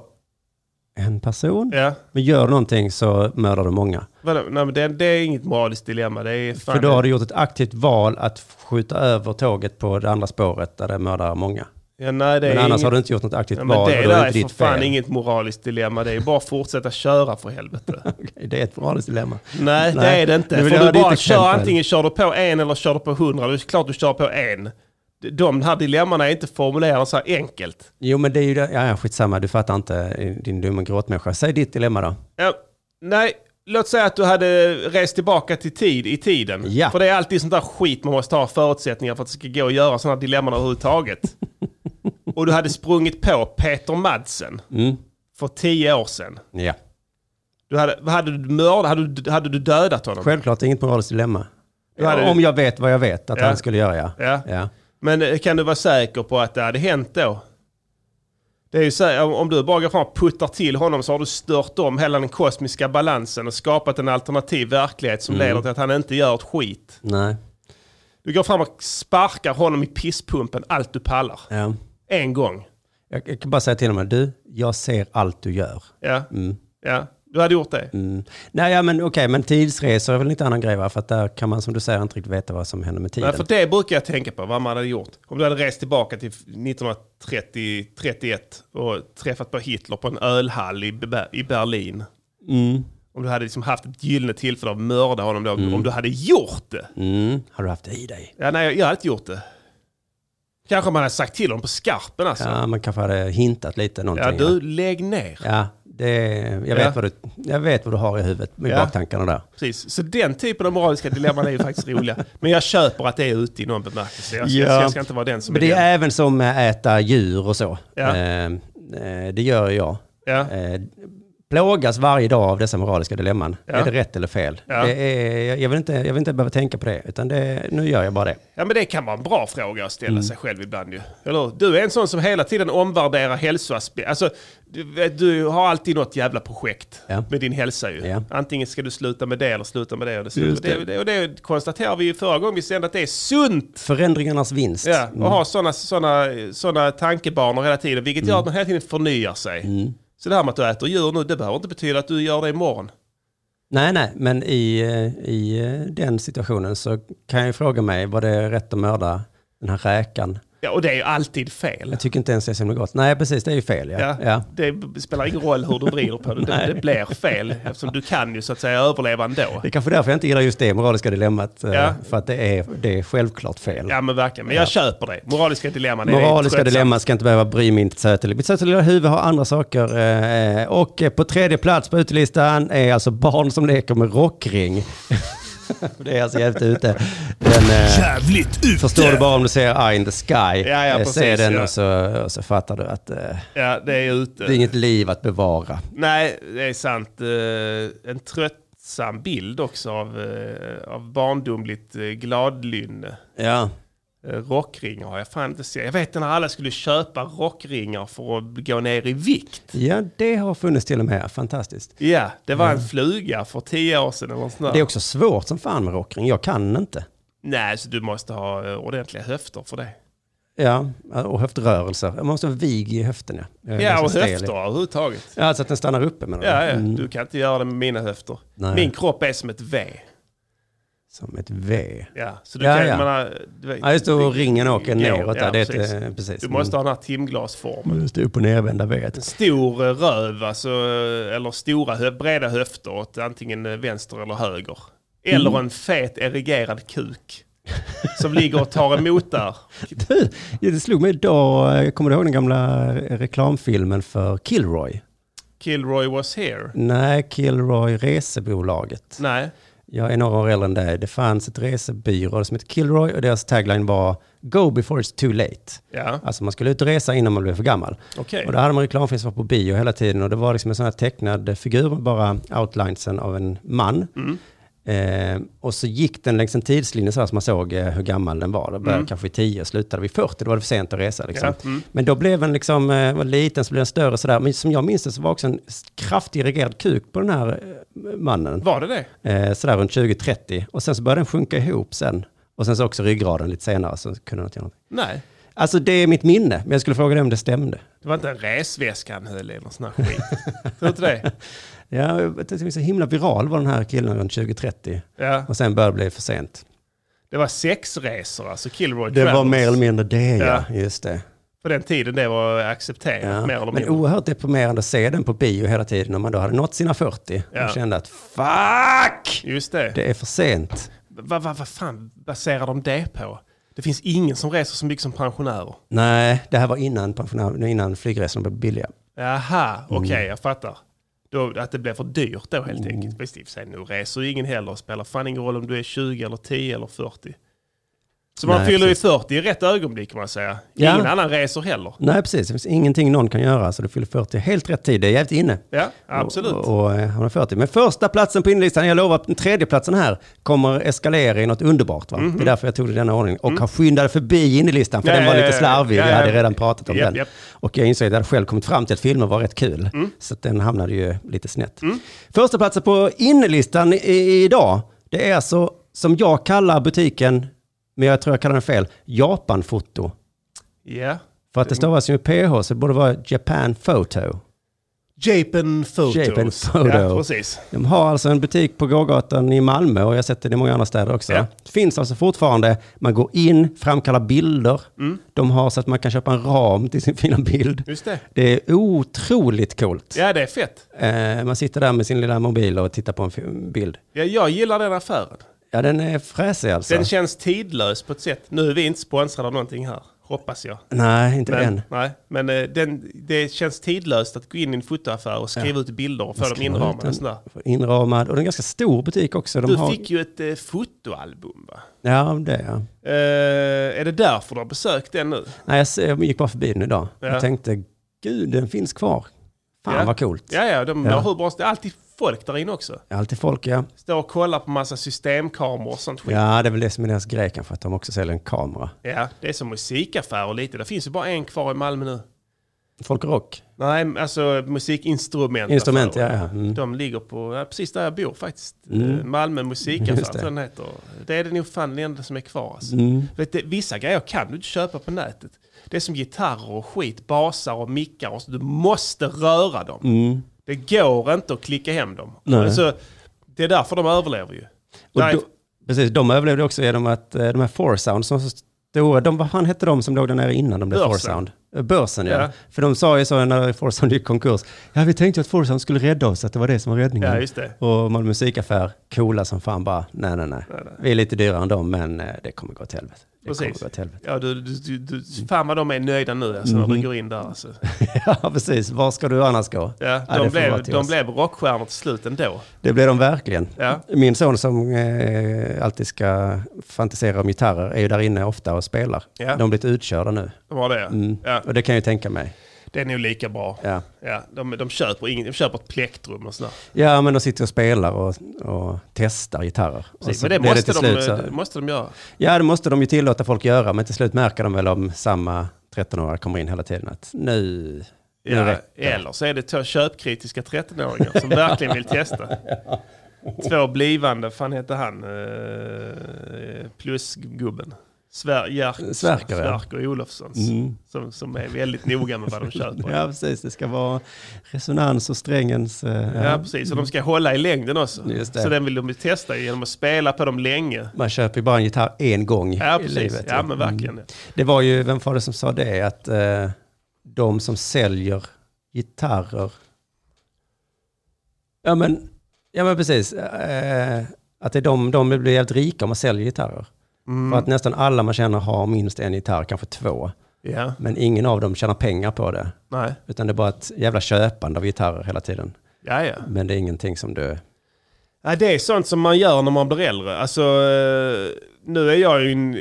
B: en person.
A: Ja,
B: Men gör du någonting så mördar du många.
A: vadå? Nej, men det, det är inget moraliskt dilemma. Det är fan
B: För då har du gjort ett aktivt val att skjuta över tåget på det andra spåret där det mördar många.
A: ja, nej, det
B: Men
A: är
B: annars
A: inget...
B: har du inte gjort något aktivt
A: Ja, men
B: val.
A: det
B: och då är
A: där
B: det
A: är för
B: ditt
A: fan
B: fel.
A: inget moraliskt dilemma. Det är bara att fortsätta köra för helvete.
B: Okej, Det är ett moraliskt dilemma.
A: Nej, det
B: Nej.
A: är det
B: Nu
A: inte.
B: vill
A: För
B: jag
A: du
B: ha ditt
A: bara kör,
B: exempel.
A: antingen kör du på en eller kör du på hundra. Det är klart du kör på en. De här dilemmana är inte formulerade så här enkelt.
B: Jo, men det är ju det. Ja, ja, skitsamma. Du fattar inte eh, din dumma gråtmänniska. Säg ditt dilemma då.
A: Ja, nej, låt säga att du hade rest tillbaka till tid, i tiden.
B: Ja.
A: För det är alltid sånt där skit man måste ha förutsättningar för att det ska gå att göra sådana här dilemman överhuvudtaget. Och du hade sprungit på Peter Madsen
B: Mm.
A: för tio år sedan.
B: Ja.
A: Du hade, vad hade, du mördat, hade, du, hade du dödat honom?
B: Självklart inget moraliskt dilemma.
A: Du hade-
B: Om jag vet vad jag vet att
A: Ja.
B: han skulle göra, ja.
A: Ja.
B: ja.
A: Men eh, kan du vara säker på att det hade hänt då? Det är ju så här, om- om du bara går fram och puttar till honom så har du stört om hela den kosmiska balansen och skapat en alternativ verklighet som leder till att han inte gör ett skit.
B: Nej.
A: Du går fram och sparkar honom i pisspumpen allt du pallar.
B: Ja.
A: En gång.
B: Jag, jag kan bara säga till honom, du, jag ser allt du gör.
A: Ja. ja. Du hade gjort det.
B: Mm. Nej, ja, men okej, men tidsresor är väl en lite annan grej, va? För att där kan man, som du säger, inte riktigt veta vad som händer med tiden.
A: Nej, för det brukar jag tänka på, vad man hade gjort. Om du hade rest tillbaka till 1930-31 och träffat på Hitler på en ölhall i, Be- i Berlin.
B: Mm.
A: Om du hade liksom haft ett gyllene tillfälle att mörda honom då, om du hade gjort det.
B: Mm. Har du haft det i dig?
A: Ja, nej, jag hade inte gjort det. Kanske man hade sagt till honom på skarpen alltså. Ja,
B: Ja, man kanske hade hintat lite någonting.
A: du, lägg ner.
B: Ja, det, jag, vet
A: Ja.
B: Vad du, jag vet vad du har i huvudet, med
A: Ja.
B: baktankarna där.
A: Precis. Så den typen av moraliska dilemman är ju faktiskt roliga. Men jag köper att det är ute i någon bemärkelse. Jag ska,
B: Ja.
A: jag ska inte vara den som
B: Men det
A: är den.
B: är även som med äta djur och så.
A: Ja.
B: Eh, eh, det gör jag.
A: Ja.
B: Eh, plågas varje dag av dessa moraliska dilemman.
A: Ja.
B: Är det rätt eller fel?
A: Ja.
B: Det är, jag- jag, vill inte, jag vill inte behöva tänka på det, utan det, nu gör jag bara det.
A: Ja men det kan vara en bra fråga att
B: Mm.
A: ställa sig själv ibland ju. Eller hur? Du är en sån som hela tiden omvärderar hälsoaspekter. Alltså, du, vet, du har alltid något jävla projekt
B: Ja.
A: med din hälsa ju.
B: Ja.
A: Antingen ska du sluta med det eller sluta med det. Och det,
B: Just
A: det. Och det, och det konstaterar vi ju förra gången vi sände att det är sunt
B: Förändringarnas vinst.
A: Ja, och ha sådana såna, såna tankebanor hela tiden, vilket
B: Mm.
A: gör att man hela tiden förnyar sig. Så det här med att du äter djur nu, det behöver inte betyda att du gör det imorgon.
B: Nej, nej, men i, eh, i eh, den situationen så kan jag ju fråga mig, var det rätt att mörda den här räkan?
A: Ja, och det är ju alltid fel.
B: Jag tycker inte ens det är så himla gott. Nej, precis, det är ju fel. Ja.
A: Ja,
B: Ja.
A: Det spelar ingen roll hur du vrider på det, det, det blir fel. Eftersom du kan ju så att säga överleva ändå.
B: Det är kanske därför jag inte gillar just det moraliska dilemmat. eh,
A: Ja.
B: För att det är, det är självklart fel.
A: Ja men verkligen, men jag köper det. Moraliska dilemman är
B: Moraliska
A: tröttsamt.
B: dilemman ska inte behöva bry mig inte söteliv. Mitt söteliga huvud har andra saker. eh, Och eh, på tredje plats på utelistan är alltså barn som leker med rockring. det är alltså jävligt ute. Den, eh,
D: Jävligt ute!
B: förstår du bara om du ser Eye in the Sky.
A: ja,
B: Eh,
A: precis,
B: Se den
A: ja.
B: och, så, och så fattar du att eh,
A: Ja, det är ute.
B: det är inget liv att bevara.
A: Nej, det är sant. Eh, En tröttsam bild också av, eh, av barndomligt eh, gladlynne.
B: Ja.
A: Eh, Rockringar har jag fan inte sett. Jag vet när alla skulle köpa rockringar för att gå ner i vikt.
B: ja, det har funnits till och med. Fantastiskt.
A: Ja, det var en fluga för tio år sedan eller något sånt där.
B: Mm. Det är också svårt som fan med rockring. Jag kan inte.
A: Nej, så du måste ha eh, ordentliga höfter för det.
B: Ja, Eh, och höftrörelser. Jag måste ha vig i höften. Ja, Jag är
A: Ja,
B: ganska
A: och
B: stel.
A: höfter överhuvudtaget.
B: Ja, alltså att den stannar uppe menar du?
A: Ja, ja.
B: Mm.
A: Du kan inte göra det med mina höfter.
B: Nej.
A: Min kropp är som ett V.
B: Som ett V.
A: Ja, så du
B: Ja,
A: kan,
B: ja.
A: man har- du vet,
B: Ja, just det, och ringen åker
A: Ja,
B: neråt
A: ja,
B: där. Det är
A: precis.
B: precis. Ett, eh, precis. Mm.
A: Du måste ha den här timglasformen.
B: Just det, upp och nervända V.
A: En stor eh, röv, alltså, eh, eller stora hö- breda höfter åt antingen eh, vänster eller höger. Eller
B: Mm.
A: en fet erigerad kuk. Som ligger och tar emot där.
B: Du, ja, det slog mig idag, eh, kommer du ihåg den gamla eh, reklamfilmen för Kilroy?
A: Killroy was here.
B: Nej, Kilroy Resebolaget.
A: Nej.
B: Jag är några år äldre än dig. Det fanns ett resebyrå som hette Kilroy och deras tagline var Go before it's too late.
A: Ja,
B: Alltså man skulle ut och resa innan man blev för gammal.
A: okej.
B: Och där hade man reklamfilm som var på
A: Mm.
B: bio hela tiden och det var liksom en sån här tecknad figur, bara outlinesen av en man. Eh, och så gick den längs en tidslinje så här som man såg eh, hur gammal den var. Det började kanske vid 10 och slutade vid 40, då var det för sent att resa. Liksom.
A: Mm. Ja, mm.
B: Men då blev den liksom, eh, var liten så blev den större sådär. Men som jag minns det så var också en s- kraftigt erigerad kuk på den här eh, mannen.
A: Var det det?
B: Eh, sådär runt 20-30. Och sen så började den sjunka ihop sen. Och sen så också ryggraden lite senare så kunde den inte göra någonting.
A: Nej.
B: Alltså det är mitt minne, men jag skulle fråga dig om det stämde.
A: Det var inte en resväska han höll i, någon sån här skit. Tror inte det?
B: Ja, jag vet inte, det var så himla viral var den här killen runt 2030.
A: Ja.
B: Och sen började det bli för sent.
A: Det var sexresor, alltså Kilroy
B: Det var
A: Travels.
B: mer eller mindre det, ja. Just det.
A: På den tiden det var accepterat,
B: Ja.
A: mer eller
B: Men
A: mindre.
B: oerhört deprimerande att se den på bio hela tiden när man då hade nått sina 40
A: Ja.
B: och kände att fuck!
A: Just det.
B: Det är för sent.
A: Vad va, va fan baserar de det på? Det finns ingen som reser så mycket som pensionärer.
B: Nej, det här var innan, pensionär- innan flygresorna blev billiga.
A: Aha,
B: Mm.
A: okej, jag fattar. Då, att det blev för dyrt då helt enkelt. Visst, i och för sig, nu reser ju ingen heller. Spelar fan ingen roll om du är 20 eller 10 eller 40. Så man
B: Nej,
A: fyller ju
B: precis.
A: 40 i rätt ögonblick kan man säga.
B: Ja.
A: Ingen annan reser heller.
B: Nej, precis. Det finns ingenting någon kan göra, så du fyller 40 helt rätt tid. Det är jävligt inne.
A: Ja, absolut.
B: Och, och, och eh, hamnar 40. Men första platsen på inlistan, jag lovar, att den tredje platsen här kommer eskalera i något underbart. Va? Det är därför jag tog det i denna ordning. Och har skyndat förbi inlistan, för
A: Mhm. Mm. Ja,
B: den var
A: ja,
B: lite
A: ja,
B: slarvig.
A: ja,
B: Vi
A: ja.
B: hade redan pratat om
A: Japp,
B: den.
A: japp. Mm.
B: Och jag insåg att jag hade själv kommit fram till att filmen var rätt kul. Så att den hamnade ju lite snett. Första platsen på inlistan i, i- idag, det är alltså, som jag kallar butiken, men jag tror jag kallar den fel, Japanfoto.
A: Ja.
B: För att
A: Mm.
B: det stavas ju med PH, så det borde vara Japan Photo.
A: Japan Photos.
B: Japan Photo.
A: Ja, precis.
B: De har alltså en butik på gågatan i Malmö och jag har sett det i många andra städer också.
A: Ja.
B: Det finns alltså fortfarande, man går in, framkallar bilder. De har så att man kan köpa en ram till sin fina bild.
A: Mm. Just det.
B: Det är otroligt coolt.
A: Ja, det är fett.
B: Eh, man sitter där med sin lilla mobil och tittar på en fi- bild.
A: Ja, jag gillar den affären.
B: Ja, den är fräsig alltså.
A: Den känns tidlös på ett sätt. Nu är vi inte sponsrade av någonting här, hoppas jag.
B: Nej, inte
A: Men,
B: än.
A: nej, men eh, den, det känns tidlöst att gå in i en fotoaffär och skriva ut bilder och få dem inramade. och sådär.
B: Inramad. Och det är en ganska stor butik också. De
A: Du
B: har...
A: fick ju ett eh, fotoalbum va?
B: Ja, det ja.
A: Eh, är det därför du har besökt den nu?
B: Nej, jag, s- jag gick bara förbi den idag.
A: Ja.
B: Jag tänkte, gud, den finns kvar. Fan
A: Ja.
B: vad coolt.
A: Ja, ja, de
B: Ja.
A: har hur bra... Det är alltid folk där inne också.
B: Alltid folk, ja.
A: Står och kollar på massa systemkameror och sånt skit.
B: Ja, det är väl det som är deras grej kanske, att de också säljer en kamera.
A: Ja, det är som musikaffärer lite. Det finns ju bara en kvar i Malmö nu.
B: Folk och rock.
A: Nej, alltså musikinstrument.
B: Instrument, ja.
A: affärer.
B: ja. Mm.
A: De ligger på, ja, precis där jag bor faktiskt.
B: Mm.
A: Eh, Malmö musikaffär,
B: Just det.
A: tror jag den heter. Det är det nog fan det enda som är kvar. Alltså.
B: Mm.
A: Vet du, vissa grejer kan du inte köpa på nätet. Det är som gitarrer och skit, basar och mickar. Och så, du måste röra dem.
B: Mm.
A: Det går inte att klicka hem dem.
B: Nej.
A: Alltså, det är därför de överlever ju.
B: Och
A: Nej,
B: då, precis, de överlevde också genom att eh, de här Four Sound som var så stora, de, vad fan hette de som låg där nere innan de blev
A: Börsen.
B: Four Sound? Eh, Börsen ja.
A: Ja.
B: För de sa ju så när Four Sound gick i konkurs, ja vi tänkte ju att Four Sound skulle rädda oss, att det var det som var räddningen.
A: Ja, just det.
B: Och Malmö musikaffär, coola som fan bara, nej nej nej, vi är lite dyrare än dem men eh, det kommer gå till helvete. Det kommer
A: Precis.
B: gå till helvete. Mm-hmm.
A: Ja, du, du, du, du, fan vad de är nöjda nu alltså, när du går in där. Alltså.
B: ja precis, var ska du annars gå?
A: Ja, de,
B: det får vara
A: blev,
B: till
A: de
B: oss.
A: blev rockstjärnor till slut ändå.
B: Det blir de verkligen.
A: Ja.
B: Min son som eh, alltid ska fantisera om gitarrer är ju där inne ofta och spelar.
A: Ja.
B: De har blivit utkörda nu.
A: De var det,
B: Mm.
A: ja.
B: Och det kan jag ju tänka mig.
A: Det är nog lika bra.
B: Ja,
A: Ja, de, de, köper ing, de köper ett plektrum och sådär.
B: ja men de sitter och spelar och, och testar gitarrer. Och
A: Precis,
B: så
A: men det
B: blir
A: måste,
B: till
A: de, eh,
B: slut så-
A: det måste de göra.
B: Ja, det måste de ju tillåta folk göra, men till slut märker de väl om samma 13-åringar kommer in hela tiden att nu... Nu
A: Ja,
B: räcker det.
A: eller så är det två köpkritiska 13-åringar som verkligen vill testa. Två blivande, fan heter han, eh, plusgubben. Sver, Jerk,
B: Sverker, ja. Mm.
A: Sverker Olofsson. Som, som är väldigt noga med vad de köper.
B: Ja, precis. Det ska vara resonans och strängens... eh,
A: Ja, precis. Och de ska hålla i längden också.
B: Just det.
A: Så den vill de ju testa genom att spela på dem länge.
B: Man köper ju bara en gitarr en gång
A: Ja,
B: i
A: precis.
B: livet.
A: Ja, Mm. men verkligen. ja.
B: Det var ju, vem var det som sa det, att eh, de som säljer gitarrer... Ja men, ja, men precis. Eh, att det är de, de blir jävligt rika om man säljer gitarrer. För att nästan alla man känner har minst en gitarr, kanske två.
A: Ja,
B: Men ingen av dem tjänar pengar på det.
A: nej.
B: Utan det är bara ett jävla köpande av gitarrer hela tiden.
A: Ja, ja.
B: Men det är ingenting som du...
A: Ja, det är sånt som man gör när man blir äldre. Alltså, eh, nu är jag ju en eh,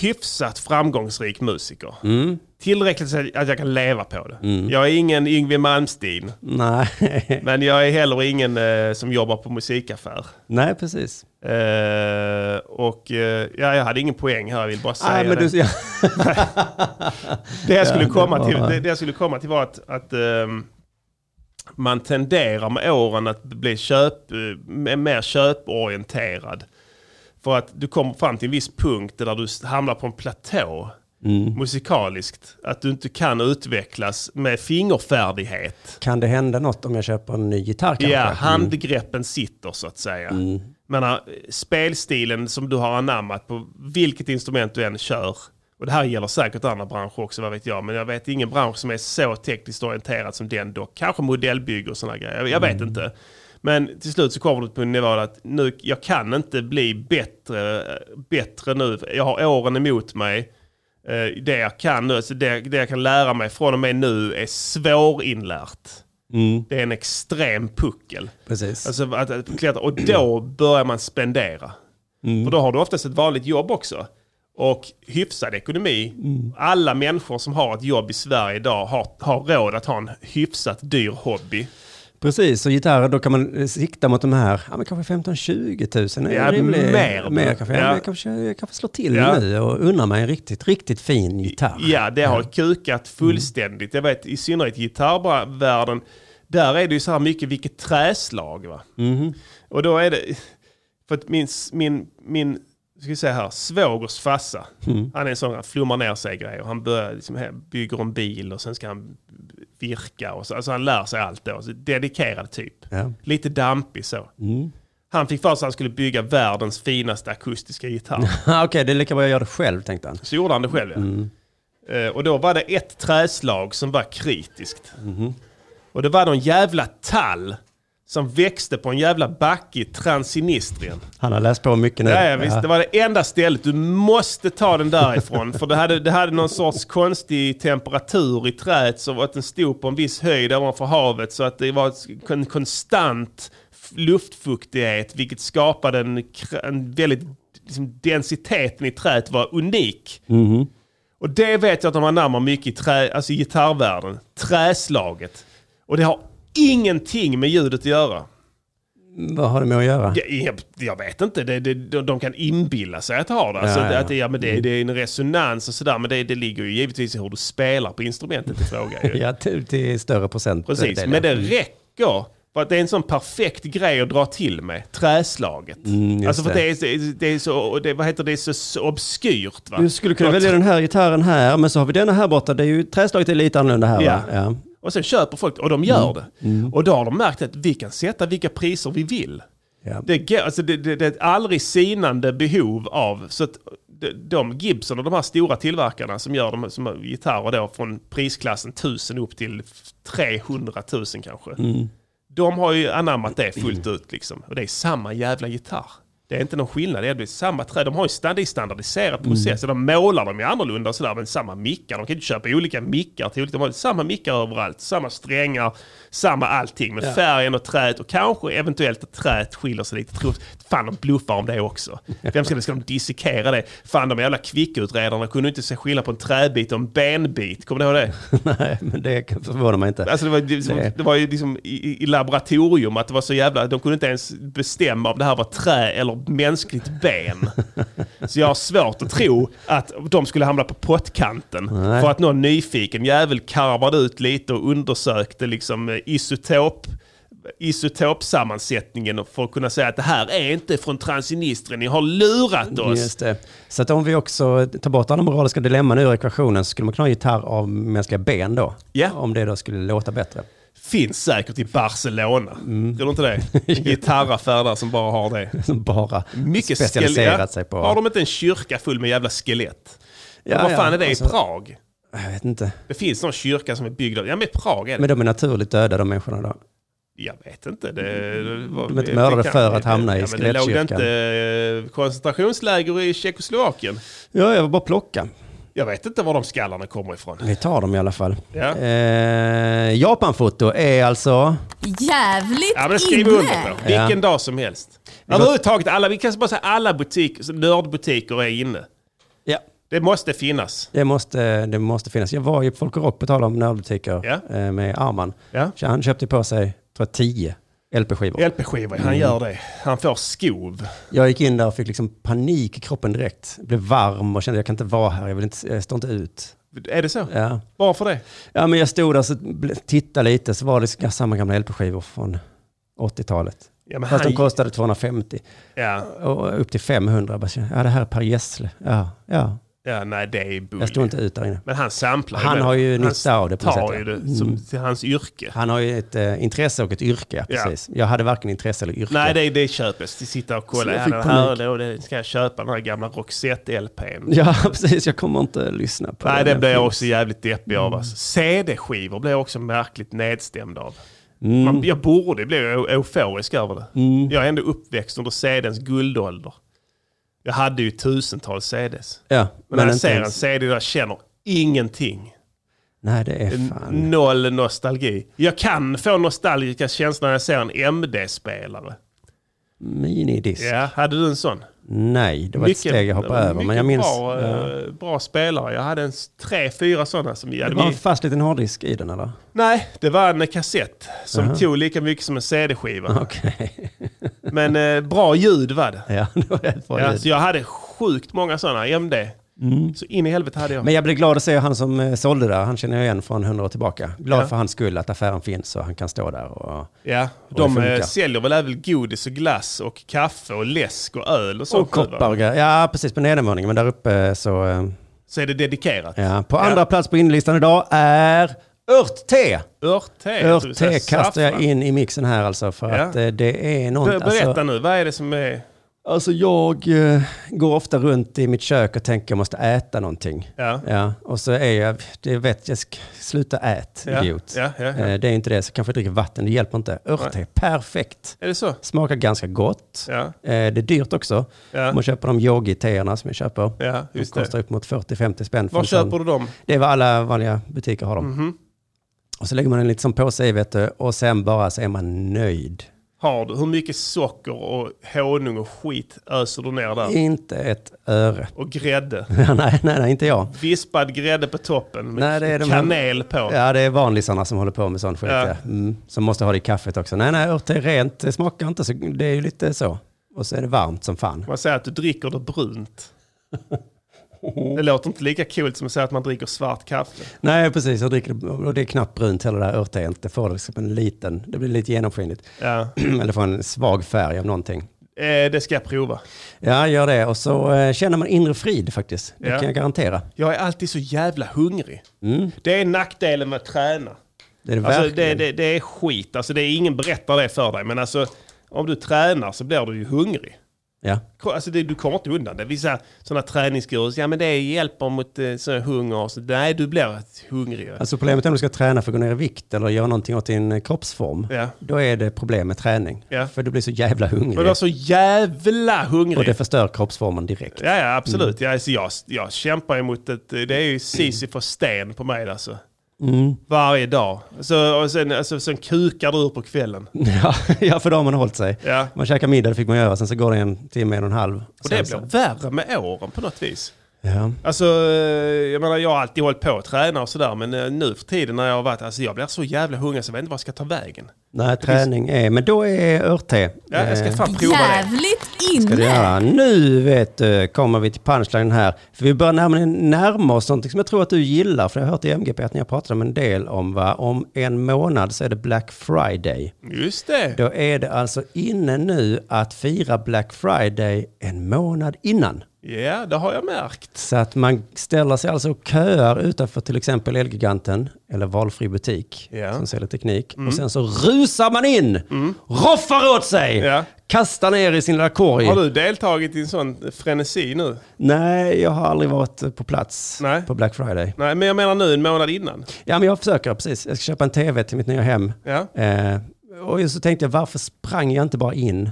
A: hyfsat framgångsrik musiker.
B: Mm.
A: Tillräckligt så att jag kan leva på det. Jag är ingen Yngwie Malmsteen.
B: Nej.
A: Men jag är heller ingen eh, som jobbar på musikaffär.
B: Nej, precis.
A: Eh, och eh, ja, jag hade ingen poäng här, jag vill bara säga
B: Nej, men
A: det.
B: du, ja,
A: Det jag skulle,
B: Ja, det
A: komma,
B: var-
A: till, det, det jag skulle komma till var att, att ehm, man tenderar med åren att bli köp, eh, mer- mer köporienterad. För att du kommer fram till en viss punkt där du s- hamnar på en platå
B: Mm.
A: musikaliskt. Att du inte kan utvecklas med fingerfärdighet.
B: kan det hända något om jag köper en ny gitarr kanske? Mm,
A: Ja, handgreppen sitter så att säga. Men eh, spelstilen som du har anammat på vilket instrument du än kör. Och det här gäller säkert andra branscher också, vad vet jag. Men jag vet ingen bransch som är så tekniskt orienterad som den dock. Kanske modellbygge och sådana grejer, jag, jag vet inte. Men till slut så kommer du på en nivå att nu, jag kan inte bli bättre, bättre nu. Jag har åren emot mig. Eh, Det jag kan nu, så det, det jag kan lära mig från och med nu är svårinlärt.
B: Mm,
A: Det är en extrem puckel.
B: precis.
A: Alltså att, att klättra. Och då börjar man spendera. För då har du oftast ett vanligt jobb också. Och hyfsad ekonomi. Alla människor som har ett jobb i Sverige idag har, har råd att ha en hyfsat dyr hobby.
B: precis, och gitarrer, då kan man eh, sikta mot de här, ja men kanske 15-20 000 är
A: Ja,
B: en rimlig.
A: mer.
B: mer kanske. Ja.
A: Ja.
B: men Jag, kanske, jag kanske slår till
A: Ja.
B: nu och unnar mig en riktigt, riktigt fin gitarr.
A: Ja, Mm. det har kukat fullständigt. Jag vet i synnerhet i gitarrvärlden, där är det ju så här mycket vilket träslag. Va? Och då är det, för att min, min, min ska vi säga här, svågers farsa, han är en sån, han flummar ner sig i grejer. Han börjar, liksom, här, bygger en bil och sen ska han virka. Och så, alltså han lär sig allt då. Så dedikerad typ.
B: Ja.
A: Lite dampig så. Han fick för sig att han skulle bygga världens finaste akustiska gitarr.
B: Ah, Okej, det är lika bra jag gör det själv tänkte han.
A: Så gjorde han det själv ja. Eh, och då var det ett träslag som var kritiskt. Och det var någon jävla tall som växte på en jävla backe i Transnistrien.
B: Han har läst på mycket nu.
A: Ja, ja, visst,
B: Ja.
A: det var det enda stället. Du måste ta den därifrån. för det hade, det hade någon sorts konstig temperatur i träet som att den stod på en viss höjd ovanför havet. Så att det var en konstant f- luftfuktighet vilket skapade en, kr- en väldigt... Liksom, densiteten i träet var unik.
B: Mhm.
A: Och det vet jag att de anammar mycket i trä, alltså i gitarrvärlden. Träslaget. Och det har ingenting med ljudet att göra.
B: Vad har det med att göra?
A: Jag, jag, jag vet inte, det, det, de, de kan inbilla sig att ha det. Alltså,
B: Ja, Mm. ja.
A: Att det, ja, men det, det är en resonans och sådär, men det, det ligger ju givetvis i hur du spelar på instrumentet i fråga. ju.
B: Ja, till, till större procent.
A: Precis,
B: del, ja.
A: men det räcker. För att det är en sån perfekt grej att dra till med, träslaget.
B: Mm, just
A: alltså för att
B: det.
A: det är, det är så, och det, vad heter det, det är så, så obskyrt. Va?
B: Du skulle kunna
A: Och
B: välja den här gitarren här, men så har vi denna här borta. Det är ju, träslaget är lite annorlunda här
A: Ja.
B: va? Ja.
A: Och sen köper folk, och de
B: Mm.
A: gör det. Och då har de märkt att vi kan sätta vilka priser vi vill.
B: Ja.
A: Det, går- alltså det, det, det är ett aldrig sinande behov av, så att de- de Gibson och de här stora tillverkarna som gör de, som har gitarrer då från prisklassen 1000 upp till 300 000 kanske. De har ju anammat det fullt ut liksom. Och det är samma jävla gitarr. Det är inte någon skillnad, det är samma trä. De har ju stand- det är standardiserad process. De målar dem ju annorlunda och sådär, men samma mickar. De kan ju inte köpa olika mickar till olika. De har ju samma mickar överallt, samma strängar, samma allting. Men färgen och träet och kanske eventuellt att träet skiljer sig lite. Tror, fan, de bluffar om det också. Vem ska, ska de dissekera det? Fan, de jävla kvickutredarna kunde inte se skillnad på en träbit och en benbit. Kommer du ihåg det?
B: Nej, men det förvånar mig inte.
A: Alltså det, var, det,
B: Det-
A: det var ju liksom i, i laboratorium att det var så jävla, de kunde inte ens bestämma om det här var trä eller mänskligt ben. så jag har svårt att tro att de skulle hamna på pottkanten.
B: Nej.
A: För att någon nyfiken jävel karvade ut lite och undersökte liksom eh, isotop isotopsammansättningen och för att kunna säga att det här är inte från Transnistrien, ni har lurat oss.
B: Just det. Så att om vi också tar bort alla moraliska dilemman ur ekvationen så skulle man kunna ha en gitarr av mänskliga ben då.
A: Ja.
B: Om det då skulle låta bättre.
A: Finns säkert i Barcelona, tror du inte det? En gitarraffär där som bara har det.
B: Som bara
A: Mycket
B: specialiserat
A: skele-
B: sig på...
A: Har de inte en kyrka full med jävla skelett?
B: Ja,
A: vad
B: ja,
A: fan är det
B: alltså,
A: i Prag?
B: Jag vet inte.
A: Det finns någon kyrka som är byggd av... Ja men i Prag är det.
B: Men de är naturligt döda de människorna då.
A: jag vet inte. Det, det, var-
B: De är inte
A: det-
B: mördade
A: det kan-
B: för att hamna i
A: ja, men det låg det
B: skelettkyrkan.
A: inte eh, koncentrationsläger i Tjeckoslovakien?
B: Ja, jag vill bara plocka.
A: Jag vet inte var de skallarna kommer ifrån.
B: Vi tar dem i alla fall.
A: Ja.
B: Eh, Japanfoto är alltså...
C: Jävligt
A: Ja, men skriv under
C: inne!
A: på. Vilken
B: Ja.
A: dag som helst. Överhuvudtaget alla, vi kan bara säga alla butiker, nördbutiker är inne.
B: Ja.
A: Det måste finnas.
B: Det måste, det måste finnas. Jag var ju på Folk och Rock på tal om närbutiker
A: Ja.
B: eh, med Arman.
A: Ja.
B: Så Han köpte på sig, tror jag, tio LP-skivor.
A: LP-skivor,
B: Mm.
A: han gör det. Han får skov.
B: Jag gick in där och fick liksom panik i kroppen direkt. Blev varm och kände jag kan inte vara här, jag, vill inte, jag står inte ut.
A: Är det så?
B: Ja.
A: Varför det?
B: ja, men jag stod där och tittade lite så var det s- samma gamla LP-skivor från 80-talet.
A: Ja, men
B: Fast
A: han-
B: de kostade 250
A: Ja,
B: och upp till 500. Jag bara kände, Ja, det här är Per Gessle. Ja, ja.
A: ja nej det är
B: Jag stod
A: bull.
B: inte ut där inne.
A: Men han samplar
B: Han
A: med-
B: har ju
A: han
B: nytta av det på Mm. något
A: tar
B: sätt,
A: ju
B: ja.
A: det som till hans yrke.
B: Han har ju ett eh, intresse och ett yrke, ja,
A: Ja.
B: precis. Jag hade varken intresse eller yrke.
A: Nej, det, det köpes. De sitter och
B: Så
A: kollar.
B: jag
A: Ja,
B: fick
A: den här,
B: panik.
A: då, det ska jag köpa den här gamla Roxette-LPn.
B: Ja, precis. Jag kommer inte lyssna på
A: Nej,
B: den.
A: det blir jag också jävligt deppig av.
B: Mm.
A: Alltså. CD-skivor blir jag också märkligt nedstämd av.
B: Mm.
A: Man, jag borde bli eu- euforisk över det. Jag är ändå uppväxt under CDns guldålder. Jag hade ju tusentals CDs.
B: Ja,
A: Men, när jag
B: inte
A: ser en
B: ens-
A: CD jag känner ingenting.
B: Nej, det är fan...
A: Noll nostalgi. Jag kan få nostalgiska känslor när jag ser en MD-spelare.
B: Minidisk.
A: Ja, hade du en sån?
B: Nej, det var ett steg jag hoppade över. Men jag minns...
A: Bra, eh,
B: ja.
A: bra spelare. Jag hade en s- tre, fyra sådana som jag
B: Det
A: hade
B: var en
A: min-
B: fast liten hårddisk i den, eller?
A: Nej, det var en kassett som tog lika mycket som en CD-skiva.
B: Okej.
A: Men eh, bra ljud var det.
B: ja, det var ett bra
A: Ja,
B: ljud. Mm.
A: så jag hade sjukt många sådana MD. Så in i helvete hade jag.
B: Men jag blev glad att se han som eh, sålde där. Han känner jag igen från 100 år tillbaka. Glad för hans skull att affären finns och han kan stå där och...
A: ja,
B: det
A: de
B: funkar.
A: eh, säljer väl även godis och glass och kaffe och läsk och öl och sånt.
B: Och
A: nu, va?
B: koppar och grejer. Ja, precis. På nedervåningen. Men där uppe så... eh,
A: Så är det dedikerat.
B: Ja. På andra plats på inlistan idag är örtte.
A: Örtte. det vill
B: Örtte
A: säga
B: kastar jag
A: saffran.
B: in i mixen här alltså för
A: Ja.
B: att eh, det är något...
A: Ber- Berätta
B: alltså,
A: nu, vad är det som är...
B: alltså jag eh, går ofta runt i mitt kök och tänker jag måste äta någonting.
A: Ja.
B: Ja, och så är jag, det vet jag, sk- sluta ät,
A: Ja,
B: idiot.
A: ja, ja, ja.
B: Eh, Det är inte det, så kanske jag dricker vatten, det hjälper inte. Örtte, perfekt.
A: Är det så?
B: Smakar ganska gott.
A: Ja.
B: Eh, Det är dyrt också.
A: Ja.
B: Om man köper de yogi-teerna som jag köper.
A: Ja,
B: de
A: just det.
B: kostar upp mot 40-50 spänn.
A: Var
B: från sån-
A: köper du Mhm. dem?
B: Det är vad alla vanliga butiker har dem. Och så lägger man en liten sån påse i vet du, och sen bara så är man nöjd.
A: Har du? Hur mycket socker och honung och skit öser du ner där?
B: Inte ett öre.
A: Och grädde.
B: nej, nej, nej, inte jag.
A: Vispad grädde på toppen med
B: Nej, det är de här-
A: kanel på.
B: Ja, det är vanlisarna som håller på med sån skit.
A: Ja.
B: Ja. Mm, som måste ha det i kaffet också. Nej, nej, örter är rent, det smakar inte så. Det är ju lite så. Och så är det varmt som fan.
A: Man säger att du dricker det brunt. Det låter inte lika coolt som att säga att man dricker svart kaffe.
B: Nej, precis. Jag dricker, det- och det är knappt brunt heller, det här örteent. Det får liksom en liten, det blir lite genomskinligt.
A: Ja.
B: Eller får en svag färg av någonting.
A: Eh, det ska jag prova.
B: Ja, gör det. Och så eh, känner man inre frid faktiskt. Det
A: Ja.
B: kan jag garantera.
A: Jag är alltid så jävla hungrig.
B: Mm.
A: Det är nackdelen med att träna.
B: Det är det
A: Alltså, det,
B: verkligen.
A: det, det är skit. Alltså, det är ingen berättar det för dig. Men alltså, om du tränar så blir du ju hungrig.
B: Ja.
A: Alltså det, du kommer inte undan det. Vissa sådana träningsgurus, ja men det hjälper mot eh, så här hunger och så. Nej, du blir hungrig.
B: Alltså problemet är om du ska träna för att gå ner i vikt eller göra någonting åt din eh, kroppsform.
A: Ja.
B: Då är det problem med träning.
A: Ja.
B: För du blir så jävla hungrig.
A: Men du är så jävla
B: Och
A: hungrig.
B: det Mm. förstör kroppsformen direkt.
A: Ja, ja absolut. Ja, alltså, jag, jag kämpar emot ett, det är ju
B: Mm.
A: Sisyfos sten på mig alltså. Varje dag. Så, och sen, alltså, sen kukar du ur på kvällen.
B: Ja, ja för då har man hållit sig.
A: Ja.
B: Man käkar middag, det fick man göra. Sen så går det en timme, en och en halv.
A: Och
B: Sen
A: det
B: så-
A: blir värre med åren på något vis.
B: Ja.
A: Alltså, eh, jag menar jag har alltid hållit på att träna och sådär. Men eh, nu för tiden när jag har varit, alltså jag blir så jävla hungrig så jag vet inte vad jag ska ta vägen.
B: Nej, träning är... Men då är örtte.
A: Ja, jag ska
B: eh,
A: fan prova det.
C: Jävligt
B: ska du
C: inne!
B: göra. Nu vet du, kommer vi till punchline här. För vi börjar nämligen närma oss någonting som jag tror att du gillar. För jag har hört i MGP att ni har pratat om en del om va? Om en månad så är det Black Friday.
A: Just det.
B: Då är det alltså inne nu att fira Black Friday en månad innan.
A: Ja, det har jag märkt.
B: Så att man ställer sig alltså och köar utanför till exempel Elgiganten eller valfri butik
A: Ja. Mm.
B: som säljer teknik. Och sen så rusar man in, roffar åt sig,
A: Ja.
B: kastar ner i sin lilla korg.
A: Har du deltagit i en sån frenesi nu?
B: Nej, jag har aldrig varit på plats
A: Nej.
B: på Black Friday.
A: Nej, men jag menar nu en månad innan.
B: Ja, men jag försöker precis. Jag ska köpa en tv till mitt nya hem.
A: Ja.
B: Eh, och så tänkte jag, varför sprang jag inte bara in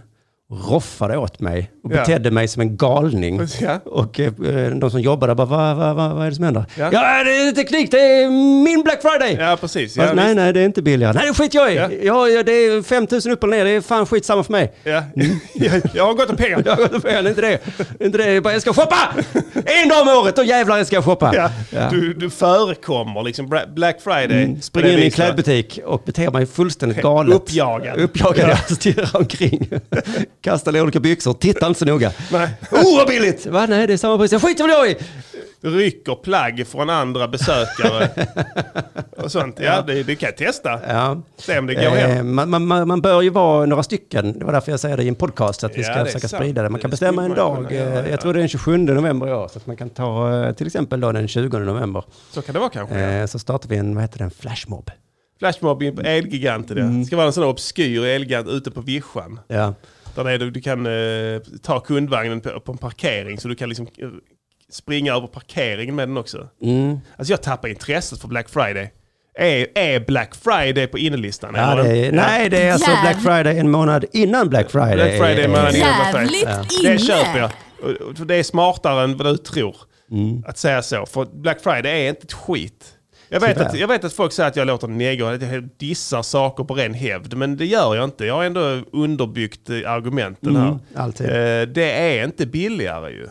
B: roffade åt mig och
A: Ja.
B: betedde mig som en galning.
A: Ja.
B: Och eh, de som jobbade bara, vad va, va, vad är det som händer? Ja.
A: Ja.
B: det är teknik, det är min Black Friday!
A: Ja, precis. Ja,
B: Fast, nej,
A: visst.
B: nej, det är inte billigare. Nej, det skit jag i! Ja.
A: Ja.
B: Ja, det är 5000 upp eller ner, det är fan skit samma för mig.
A: Ja. Jag- jag har gått om pengar.
B: Jag har gått fel, inte det. Inte det, jag bara, jag ska shoppa! En dag om året, då jävlar ska jag shoppa.
A: Ja.
B: Ja. Mm.
A: Du, du förekommer liksom Bra- Black Friday. på
B: Springer
A: det
B: in i en
A: viset.
B: klädbutik och beter mig fullständigt galet.
A: Uppjagad.
B: Uppjagad, ja. Stirrar omkring. Kastar i olika byxor, tittar inte så noga.
A: Nej.
B: Oh, vad billigt! Va? Nej, det är samma pris. Jag skiter väl jag i!
A: Rycker plagg från andra besökare. och sånt. Ja, det, det kan jag testa.
B: Ja.
A: Se om det går
B: Eh,
A: hem.
B: man, man, man man bör ju vara några stycken. Det var därför jag säger det i en podcast, att vi
A: Ja,
B: ska
A: det är
B: försöka
A: sant.
B: sprida det. Man
A: Det
B: kan
A: skulle
B: bestämma en
A: man
B: dag.
A: kunna göra,
B: eh,
A: ja.
B: Jag tror det är den 27 november i år, så att man kan ta eh, till exempel då den 20 november.
A: Så kan det vara kanske.
B: Eh, Så startar vi en, vad heter den, flashmob.
A: Flashmobbing på Elgiganten. ja.
B: Mm.
A: Det ska vara en sån där obskyr elgigant ute på vischan.
B: Ja.
A: Där det är, du, du kan eh, ta kundvagnen på, på en parkering så du kan liksom eh, springa över parkeringen med den också.
B: Mm.
A: Alltså jag tappar intresset för Black Friday. Är, är Black Friday på innelistan?
B: Ja,
A: eller?
B: det är, nej, det är alltså
C: Jävlar.
B: Black Friday en månad innan Black Friday.
A: Black Friday är
B: Eh,
A: månaden innan Black Friday.
C: Jävligt inne!
A: Det köper jag. Och- och Det är smartare än vad du tror
B: Mm.
A: att säga så. För Black Friday är inte ett skit. Jag vet,
B: Tyvärr.
A: att, jag vet att folk säger att jag låter negro, att jag dissar saker på ren hävd. Men det gör jag inte. Jag har ändå underbyggt eh, argumenten här.
B: Mm. alltid.
A: Eh, Det är inte billigare ju.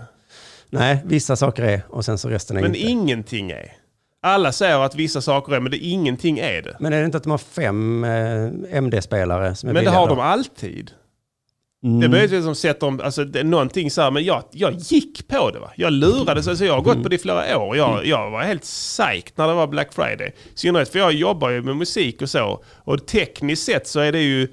B: Nej, vissa saker är och sen så resten är
A: Men
B: inte.
A: ingenting är. Alla säger att vissa saker är, men det, ingenting är det.
B: men är det inte att de har fem eh, MD-spelare som är
A: Men det
B: billiga
A: har
B: då? Mm.
A: de alltid. Det är möjligtvis som sätter dem, alltså det är någonting så här, men jag, jag gick på det va. Jag lurades, alltså jag har
B: Mm.
A: gått på det i flera år. Jag, jag var helt psyched när det var Black Friday. I synnerhet för jag jobbar ju med musik och så. Och tekniskt sett så är det ju,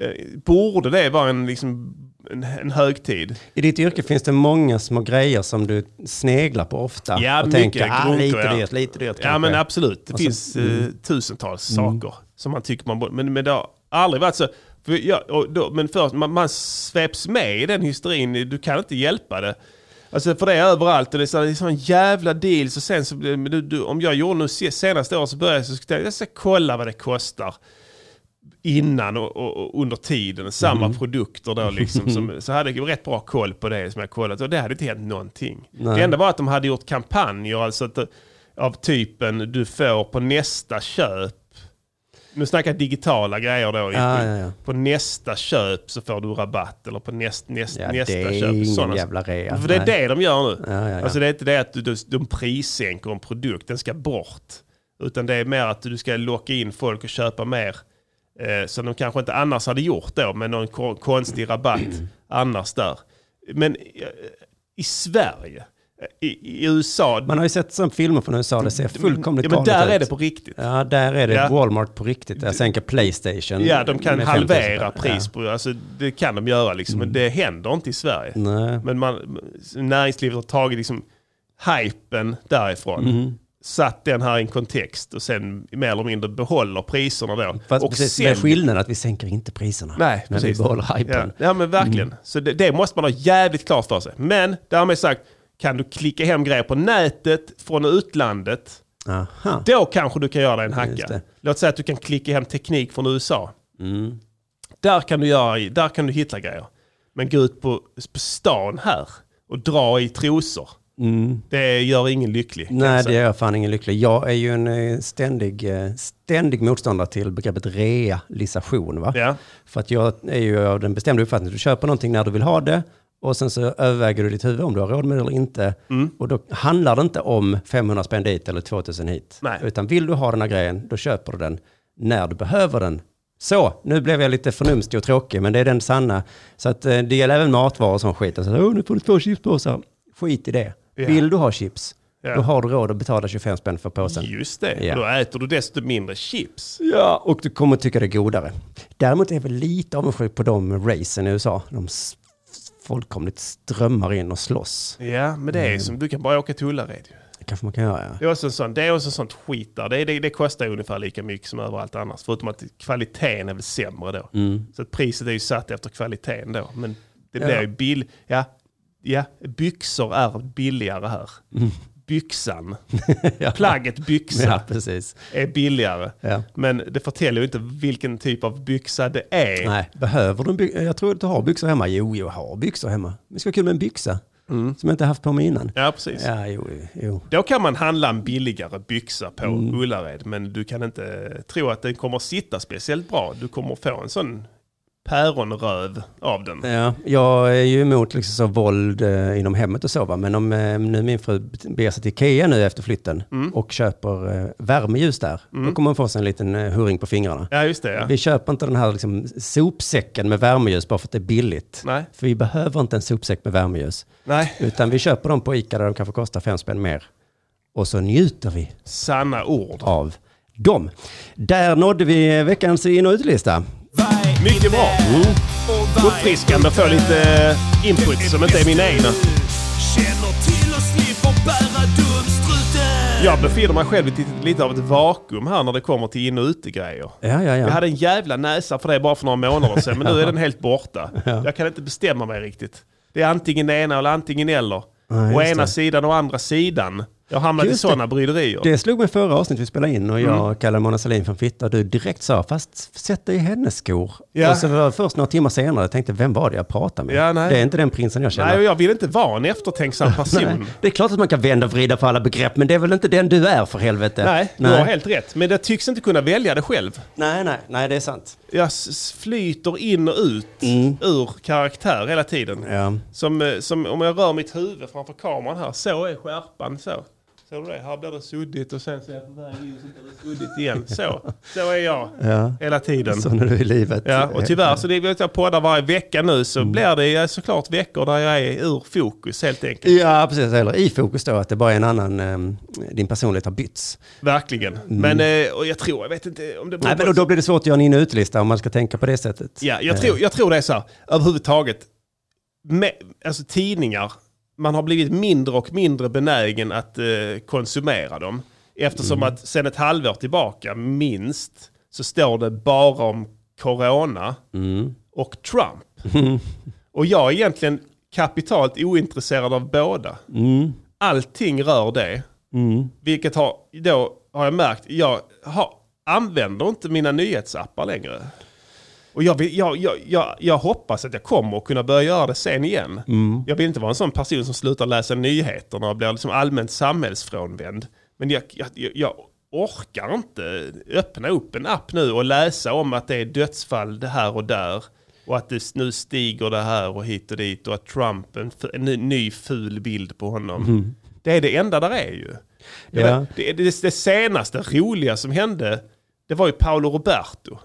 A: eh, borde det vara en, liksom, en, en högtid.
B: I ditt yrke finns det många små grejer som du sneglar på ofta.
A: Ja,
B: och
A: mycket
B: tänker, ah,
A: gruntor,
B: lite
A: ja.
B: dyrt, lite dyrt
A: Ja
B: kanske."
A: men absolut, det
B: Och så- mm.
A: finns eh, tusentals saker som man tycker man borde, men, men det har aldrig varit så. För jag, och då, men först, man, man sveps med i den hysterin, du kan inte hjälpa det. Alltså för det är överallt och det är så- det är sån jävla deals och sen så, blir- men du, du, om jag gjorde nu se- senaste året så började jag så skulle jag, jag ska kolla vad det kostar innan och, och, och under tiden. Samma
B: Mm.
A: produkter då liksom. Som, så hade jag rätt bra koll på det som jag kollat. Och det hade inte hänt någonting. Det enda var att de hade gjort kampanjer. Alltså att, av typen du får på nästa köp. Nu snackar jag digitala grejer då.
B: Ja, ja, ja.
A: På nästa köp så får du rabatt. Eller på näst, näst,
B: Ja,
A: nästa
B: det är
A: köp.
B: ingen
A: Sådana-
B: jävla rea.
A: För det är
B: Nej.
A: det de gör nu.
B: Ja, ja, ja.
A: Alltså det är inte det att du, du, de prissänker en produkt. Den ska bort. Utan det är mer att du ska locka in folk och köpa mer. Eh, som de kanske inte annars hade gjort då, med någon ko- konstig rabatt annars där. Men eh, i Sverige, eh, i, i USA,
B: Man har ju sett sådana filmer från USA, det ser fullkomligt
A: Mm, ja, men
B: galet
A: där
B: ut.
A: är det på riktigt.
B: Ja, där är det
A: Ja.
B: Walmart på riktigt. Där sänker Playstation.
A: Ja, de kan
B: Mm. med 5000
A: halvera
B: spänn.
A: pris på, alltså, det kan de göra liksom, men det händer inte i Sverige.
B: Ja. Nej.
A: Men man, näringslivet har tagit liksom hypen därifrån.
B: Mm.
A: Satt den här i en kontext och sen mer eller mindre behåller priserna då.
B: Fast
A: och
B: precis,
A: säljer.
B: med skillnaden att vi sänker inte priserna.
A: Nej,
B: men
A: precis.
B: vi behåller hypen. Mm.
A: Ja, ja men verkligen. Så det, det måste man ha jävligt klart för sig. Men därmed sagt, kan du klicka hem grejer på nätet från utlandet,
B: Aha.
A: då kanske du kan göra dig en
B: Just
A: hacka.
B: det. Mm.
A: Låt säga att du kan klicka hem teknik från USA. Där, kan du göra, i- där kan du hitta grejer. Men gå ut på, på stan här och dra i trosor. Det gör ingen lycklig. kan
B: Mm. Nej,
A: jag
B: det
A: säga.
B: är jag fan ingen lycklig. Jag är ju en eh, ständig, eh, ständig motståndare till begreppet realisation. Va?
A: Ja.
B: För att jag är ju av den bestämda uppfattningen att du köper någonting när du vill ha det och sen så överväger du i ditt huvud om du har råd med det eller inte.
A: Mm.
B: Och då handlar det inte om 500 spänn dit eller 2000 hit.
A: Nej.
B: Utan vill du ha den här grejen, då köper du den när du behöver den. Så, nu blev jag lite förnumstig och tråkig, men det är den sanna. Så att eh, det gäller även matvaror och sån skit. Alltså, Åh, nu får du två chipspåsar. Skit i det.
A: Ja.
B: Vill du ha chips,
A: Ja.
B: då har du råd att betala 25 spänn för påsen.
A: Just det,
B: Ja.
A: då äter du desto mindre chips.
B: Ja, och du kommer tycka det är godare. Däremot är jag väl lite avundsjuk på de racen i USA. De s- fullkomligt strömmar in och slåss.
A: Ja, men det är som, du kan bara åka till Ullared. ju.
B: Det kanske man kan göra, ja.
A: Det är också en sån, det är också en sånt skit där. Det, det, det kostar ungefär lika mycket som överallt annars. Förutom att kvaliteten är väl sämre då.
B: Mm.
A: Så att priset är ju satt efter kvaliteten då. Men det
B: Ja.
A: blir ju bill... Ja, ja, byxor är billigare här. byxan,
B: Mm. Ja.
A: plagget byxa,
B: Ja, precis.
A: är billigare.
B: Ja.
A: Men det förtäljer ju inte vilken typ av byxa det är.
B: Nej, behöver du en byxa? Jag tror att du har byxor hemma. Jo, jag har byxor hemma. Men det ska vara kul med en byxa som jag inte haft på mig innan.
A: Mm. Ja, precis.
B: Ja, jo, jo.
A: Då kan man handla en billigare byxa på Ullared, men du kan inte tro att den kommer sitta speciellt bra. Du kommer få en sån päronröv av den.
B: Ja, jag är ju emot liksom så våld eh, inom hemmet och så, va? men om eh, nu min fru beger sig till Ikea nu efter flytten
A: Mm.
B: och köper eh, värmeljus där, då kommer hon få sig en liten eh, hurring på fingrarna.
A: Ja, just det. Ja.
B: Vi köper inte den här liksom, sopsäcken med värmeljus bara för att det är billigt.
A: Nej.
B: För vi behöver inte en sopsäck med värmeljus,
A: Nej,
B: utan vi köper dem på Ica där de kanske kostar fem spänn mer. Och så njuter vi
A: sanna ord.
B: av dem. Där nådde vi veckans in och utelista.
A: Mycket bra. Uppfriskande att få lite eh, input som inte är mina egna.
D: Känner till och slipper bära dumstruten.
A: Jag befinner mig själv i ett- lite av ett vakuum här när det kommer till in och utegrejer.
B: Ja, ja,
A: Jag
B: ja.
A: hade en jävla näsa för det bara för några månader sedan, men nu är den helt borta. Jag kan inte bestämma mig riktigt. Det är antingen det ena eller antingen eller.
B: Nej,
A: Å
B: just
A: ena
B: det.
A: sidan och andra sidan. Jag hamnade i
B: Just det.
A: sådana bryderier.
B: Det slog mig förra avsnittet vi spelade in och jag
A: Mm.
B: kallade Mona Sahlin för en fitta och du direkt sa, fast sätt dig i hennes skor.
A: Ja.
B: Och så var det först några timmar senare, jag tänkte, vem var det jag pratade med?
A: Ja, nej.
B: Det är inte den prinsen jag känner.
A: Nej, och jag vill inte vara en eftertänksam
B: Nej,
A: person.
B: det är klart att man kan vända och vrida på alla begrepp, men det är väl inte den du är för helvete?
A: Nej, du har
B: nej,
A: helt rätt. Men jag tycks inte kunna välja det själv.
B: nej, nej, nej, det är sant.
A: Jag s- s- flyter in och ut ur karaktär hela tiden.
B: Mm. Ja.
A: Som, eh, som om jag rör mitt huvud framför kameran här, så är skärpan så. Ser du det? Här blir det suddigt och sen så är jag på väg in och så blir det suddigt igen. Så, så är jag
B: Ja.
A: hela tiden.
B: Så Mm. när du är i livet.
A: Mm. Ja, och tyvärr så det vet jag poddar varje vecka nu så blir det eh, såklart veckor där jag är ur fokus helt enkelt.
B: Ja, precis. Eller i fokus då, att det bara är en annan, ehm, din personlighet har bytts.
A: Verkligen. Men eh, och jag tror, jag vet inte om det beror
B: Mm. Nej, men
A: på-
B: då, då blir det svårt att göra en in och utelista om man ska tänka på det sättet.
A: Ja, jag, tror, jag tror det är så här, överhuvudtaget, med, alltså tidningar, man har blivit mindre och mindre benägen att eh, konsumera dem. Eftersom att sen ett halvår tillbaka, minst, så står det bara om corona och Trump. Och jag är egentligen kapitalt ointresserad av båda. Allting rör det. Vilket har, då har jag märkt, jag har, använder inte mina nyhetsappar längre. Och jag, vill, jag, jag, jag, jag hoppas att jag kommer att kunna börja göra det sen igen. Jag vill inte vara en sån person som slutar läsa nyheterna och blir liksom allmänt samhällsfrånvänd. Men jag, jag, jag- jag orkar inte öppna upp en app nu och läsa om att det är dödsfall det här och där. Och att det nu stiger det här och hit och dit och att Trump, en, f- en ny, ny ful bild på honom. Det är det enda där är ju. Jag
B: Ja.
A: vet, Det, det, det senaste roliga som hände, det var ju Paolo Roberto.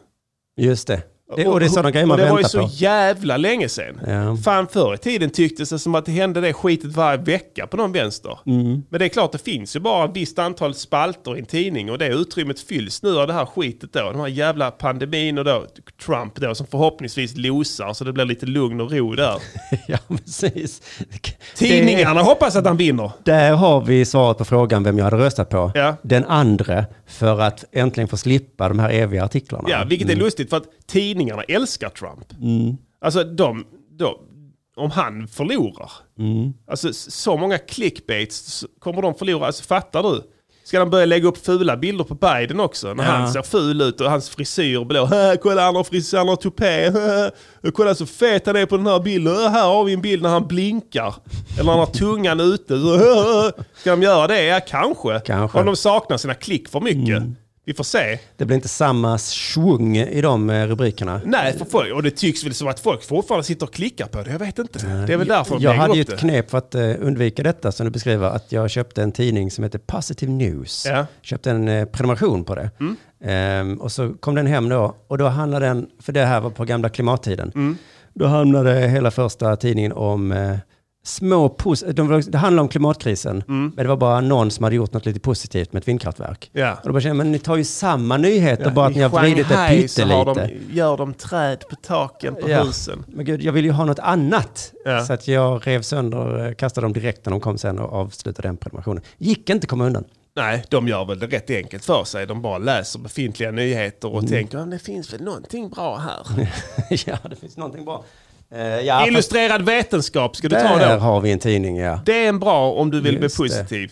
B: Just det. det och det är sådana grejer man
A: Och det var ju
B: väntar
A: så
B: på.
A: jävla länge sedan.
B: Ja.
A: Fan förr i tiden tycktes det som att det hände det skitet varje vecka på någon vänster.
B: Mm.
A: Men det är klart det finns ju bara ett visst antal spalter i en tidning och det utrymmet fylls nu av det här skitet då. Den här jävla pandemin och då Trump då som förhoppningsvis losar så det blir lite lugn och ro där.
B: Ja, precis.
A: Tidningarna hoppas att han vinner.
B: Det, där har vi svaret på frågan vem jag hade röstat på.
A: Ja.
B: Den andra för att äntligen få slippa de här eviga artiklarna.
A: Ja, vilket
B: Mm.
A: är lustigt för att tidningarna älskar Trump. Alltså de, de, om han förlorar,
B: Mm.
A: alltså s- så många clickbaits s- kommer de förlora. Alltså fattar du? Ska de börja lägga upp fula bilder på Biden också? När
B: Ja.
A: han ser ful ut och hans frisyr blå. "Hä, Kolla han har frisyr, han har tupé. Hä, Kolla så fet han är på den här bilden. "Hä, Här har vi en bild när han blinkar. Eller han har tungan ute. Så, "Hä, hä." Ska de göra det? Ja, kanske.
B: Kanske. Mm.
A: Om de saknar sina klick för mycket. Vi får se.
B: Det blir inte samma svung i de eh, rubrikerna.
A: Nej, för folk, och det tycks väl som att folk fortfarande sitter och klickar på det. Jag vet inte. Det är väl därför de
B: Jag
A: lägger
B: hade ju
A: upp
B: ett
A: det.
B: knep för att eh, undvika detta som du beskriver, att jag köpte en tidning som heter Positive News.
A: Ja. Mm.
B: Köpte en eh, prenumeration på det. Ehm, och så kom den hem då, och då handlade den, för det här var på gamla klimattiden,
A: Mm.
B: då handlade hela första tidningen om eh, små, pos- de, var- det handlade om klimatkrisen,
A: Mm.
B: men det var bara någon som hade gjort något lite positivt med ett vindkraftverk.
A: Ja.
B: Och då bara kände jag, men ni tar ju samma nyheter,
A: Ja,
B: bara att
A: i
B: ni har vridit det
A: Shanghai så
B: pyttelite.
A: har De, gör de träd på taken på
B: Ja.
A: husen.
B: Men gud, jag vill ju ha något annat.
A: Ja.
B: Så att jag rev sönder, eh, kastade dem direkt när de kom sen och avslutade den prenumerationen. Gick inte att komma undan.
A: Nej, de gör väl det rätt enkelt för sig. De bara läser befintliga nyheter och tänker att det finns väl någonting bra här.
B: Mm. ja, det finns någonting bra. Eh, ja,
A: Illustrerad vetenskap ska du
B: fast
A: ta
B: där
A: då.
B: har vi en tidning, ja.
A: Det är en bra om du vill
B: Just
A: bli
B: det.
A: positiv.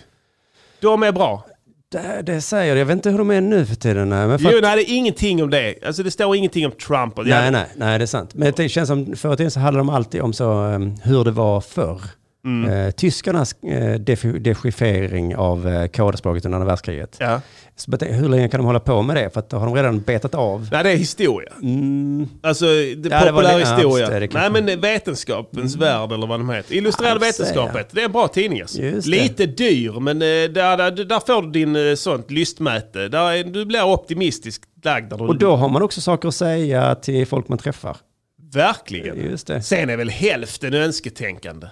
A: De är bra.
B: Det, det säger jag. Jag vet inte hur de är nu för tiden. nej, Men för
A: Jo,
B: att,
A: nej, det är ingenting om det. Alltså det står ingenting om Trump. Och
B: nej, nej, nej, det är sant. Men det känns som förr i tiden så handlade de alltid om så, um, hur det var förr.
A: Mm.
B: Eh, tyskarnas eh, defi- dechiffering av eh, kodspråket under andra världskriget.
A: Ja.
B: Så bete- hur länge kan de hålla på med det? För att då har de redan betat av.
A: Nej, det är historia.
B: Mm,
A: Alltså, det
B: Ja, det var
A: populär
B: det- ja,
A: historia.
B: just det, det
A: Nej,
B: kanske-
A: men Vetenskapens värld eller vad de heter. Illustrerad
B: Ja, jag säger.
A: vetenskapet. Det är en bra tidning. Alltså.
B: Just det.
A: Lite dyr, men eh, där, där, där får du din eh, sånt lystmäte. Där, är- du blir optimistisk lagd. när du-
B: och då har man också saker att säga till folk man träffar.
A: Verkligen.
B: Just det.
A: Sen är väl hälften önsketänkande.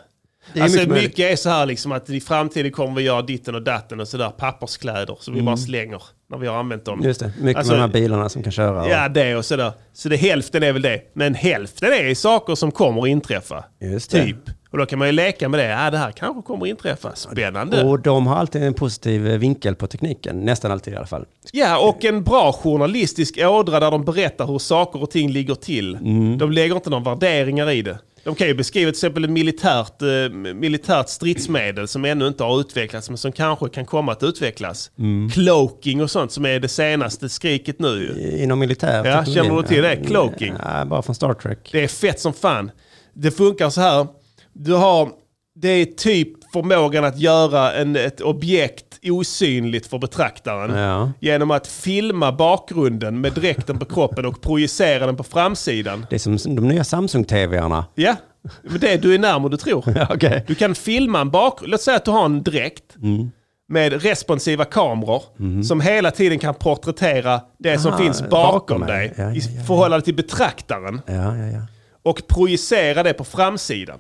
B: Det är
A: alltså
B: mycket
A: mycket,
B: möjligt.
A: är så här liksom att i framtiden kommer vi göra ditten och datten och sådär papperskläder som vi bara slänger när vi har använt dem.
B: Mm. Just det. Mycket
A: Alltså,
B: med de här bilarna som kan köra. och-
A: Ja, det och sådär. Så det, hälften är väl det. Men hälften är saker som kommer att inträffa.
B: Just det.
A: Typ. Och då kan man ju leka med det. Ja, det här kanske kommer att inträffa. Spännande.
B: Och de har alltid en positiv eh, vinkel på tekniken, nästan alltid i alla fall.
A: Ja, och en bra journalistisk ådra där de berättar hur saker och ting ligger till.
B: Mm.
A: De lägger inte några värderingar i det. De kan ju beskriva till exempel ett militärt, eh, militärt stridsmedel som ännu inte har utvecklats men som kanske kan komma att utvecklas.
B: Mm.
A: Cloaking och sånt som är det senaste skriket nu ju.
B: I- Inom militär
A: Ja,
B: teknologi.
A: känner du till det? Cloaking.
B: Ja, bara från Star Trek.
A: Det är fett som fan. Det funkar så här. Du har, det är typ förmågan att göra en, ett objekt osynligt för betraktaren.
B: Ja.
A: Genom att filma bakgrunden med dräkten på kroppen och projicera den på framsidan.
B: Det är som de nya Samsung-TVarna.
A: Ja, men det, du är närmare du tror.
B: Ja, Okej.
A: Du kan filma en bakgrund. Låt säga att du har en dräkt
B: Mm.
A: med responsiva kameror som hela tiden kan porträttera det som
B: Aha,
A: finns bakom,
B: bakom mig.
A: dig
B: Ja, ja, ja,
A: i
B: ja.
A: förhållande till betraktaren
B: Ja, ja, ja.
A: och projicera det på framsidan.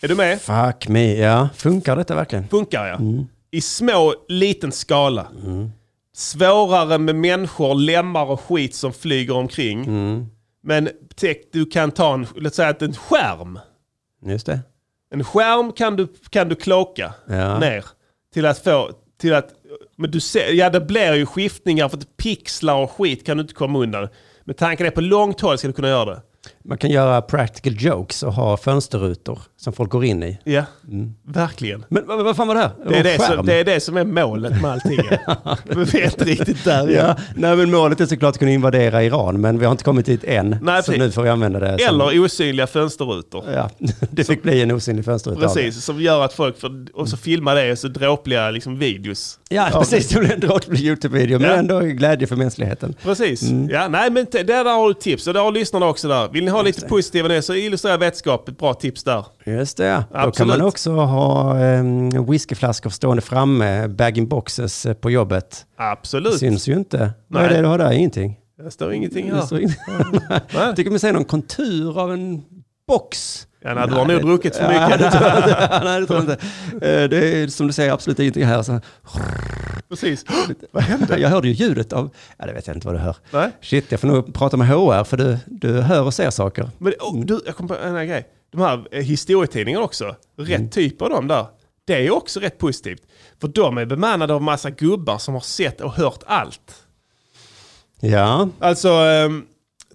A: Är du med?
B: Fuck me, ja. Funkar detta verkligen?
A: Funkar ja. I små, liten skala. Svårare med människor, lemmar och skit som flyger omkring. Men tänk, du kan ta en, låt säga att en skärm.
B: Just det.
A: En skärm kan du, kan du kloka
B: Ja.
A: ner till att få, till att, men du ser, ja det blir ju skiftningar för att pixlar och skit kan du inte komma undan. Men tanken är på långt håll ska du kunna göra det.
B: Man kan göra practical jokes och ha fönsterrutor som folk går in i.
A: Ja, verkligen.
B: Men vad, vad fan var det här?
A: Det är
B: var en
A: det, som,
B: skärm.
A: det är det som är målet med allting. Vi vet inte riktigt där.
B: Ja, nej men målet är såklart att kunna invadera Iran, men vi har inte kommit dit än.
A: Nej,
B: så
A: precis.
B: nu får vi använda det. som-
A: Eller osynliga fönsterrutor.
B: Ja, det fick bli en osynlig fönsterruta. av det.
A: Precis, som gör att folk får, och så filmar det och så dråpliga liksom videos.
B: Ja, precis. Det blev en dråplig YouTube-video, men
A: Ja.
B: ändå glädje för mänskligheten.
A: Precis.
B: Mm.
A: Ja, nej, men det där har du tips och det har lyssnarna också där. Vill ni ha lite positiva nyheter så illustrerar vetskap ett bra tips där.
B: Just det. Då kan
A: Absolut.
B: man också ha um, whiskyflaskor stående framme, bag-in-boxes eh, på jobbet.
A: Absolut.
B: Syns ju inte. Vad är
A: Nej.
B: det du har där? Ingenting.
A: Det står ingenting
B: Det
A: här.
B: står in- Jag tycker man ser någon kontur av en box.
A: Ja, nej, du har nog druckit för
B: Ja,
A: mycket.
B: det tror jag inte. Nej, det tror jag inte. Eh, Det är som du säger absolut ingenting här. Så,
A: Precis.
B: jag hörde ju ljudet av... Ja, det vet jag inte vad du hör.
A: Nej.
B: Shit, jag får nog prata med HR för du, du hör och ser saker.
A: Men oh, du, jag kom på en annan grej. De här eh, historietidningarna också. Rätt
B: Mm.
A: typ av dem där. Det är också rätt positivt. För de är bemannade av massa gubbar som har sett och hört allt.
B: Ja,
A: Alltså, ehm,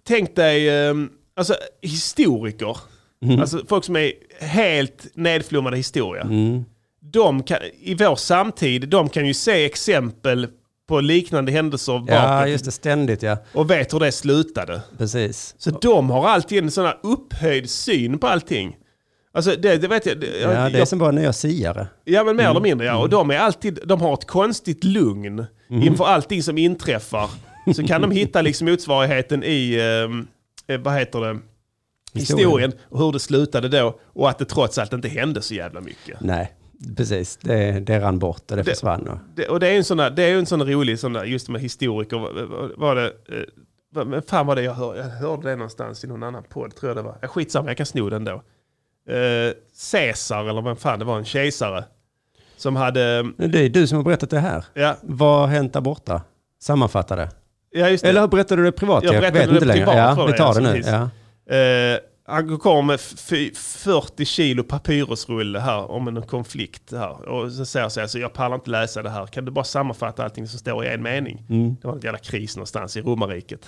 A: tänk dig ehm, alltså, historiker.
B: Mm.
A: Alltså folk som är helt nedflummade i historia.
B: Mm.
A: De kan, I vår samtid, de kan ju se exempel på liknande händelser
B: ja
A: bakåt
B: just det. Ständigt, ja.
A: och vet hur det slutade.
B: Precis.
A: Så de har alltid en sån här upphöjd syn på allting. Alltså det, det vet jag. Det,
B: Ja,
A: jag-
B: det är Mm. som bara nya siare.
A: Ja men mer eller mindre ja. Och de, är alltid, de har ett konstigt lugn
B: Mm.
A: inför allting som inträffar. Så kan de hitta liksom motsvarigheten i, ehm, eh, vad heter det, historien. och hur det slutade då. Och att det trots allt inte hände så jävla mycket.
B: Nej, precis. Det, det rann bort och det,
A: Det-
B: försvann. Och,
A: Det, och det är ju en sån, där, det är ju en sån rolig, sån där, just med historiker, vad- vad- vad det... eh, vad- Men fan vad det jag hörde, jag hörde det någonstans i någon annan podd tror jag det var. Ja, Skitsamma, jag kan sno den då. Eh, Caesar, eller vem fan det var, en kejsare. Som hade, eh,
B: Men det är du som har berättat det här.
A: ja,
B: Vad har hänt där borta? Sammanfatta det.
A: ja just det.
B: Eller berättade du det privat?
A: Jag
B: vet
A: berättade
B: inte
A: det
B: längre.
A: privat
B: Ja,
A: för
B: vi
A: dig,
B: tar
A: alltså,
B: det nu.
A: precis.
B: Ja.
A: Eh, han kommer med fy- 40 kilo papyrusrulle här om en konflikt här. Och så säger han så här, så jag pallar inte läsa det här. Kan du bara sammanfatta allting som står i en mening? Det var en jävla kris någonstans i romarriket.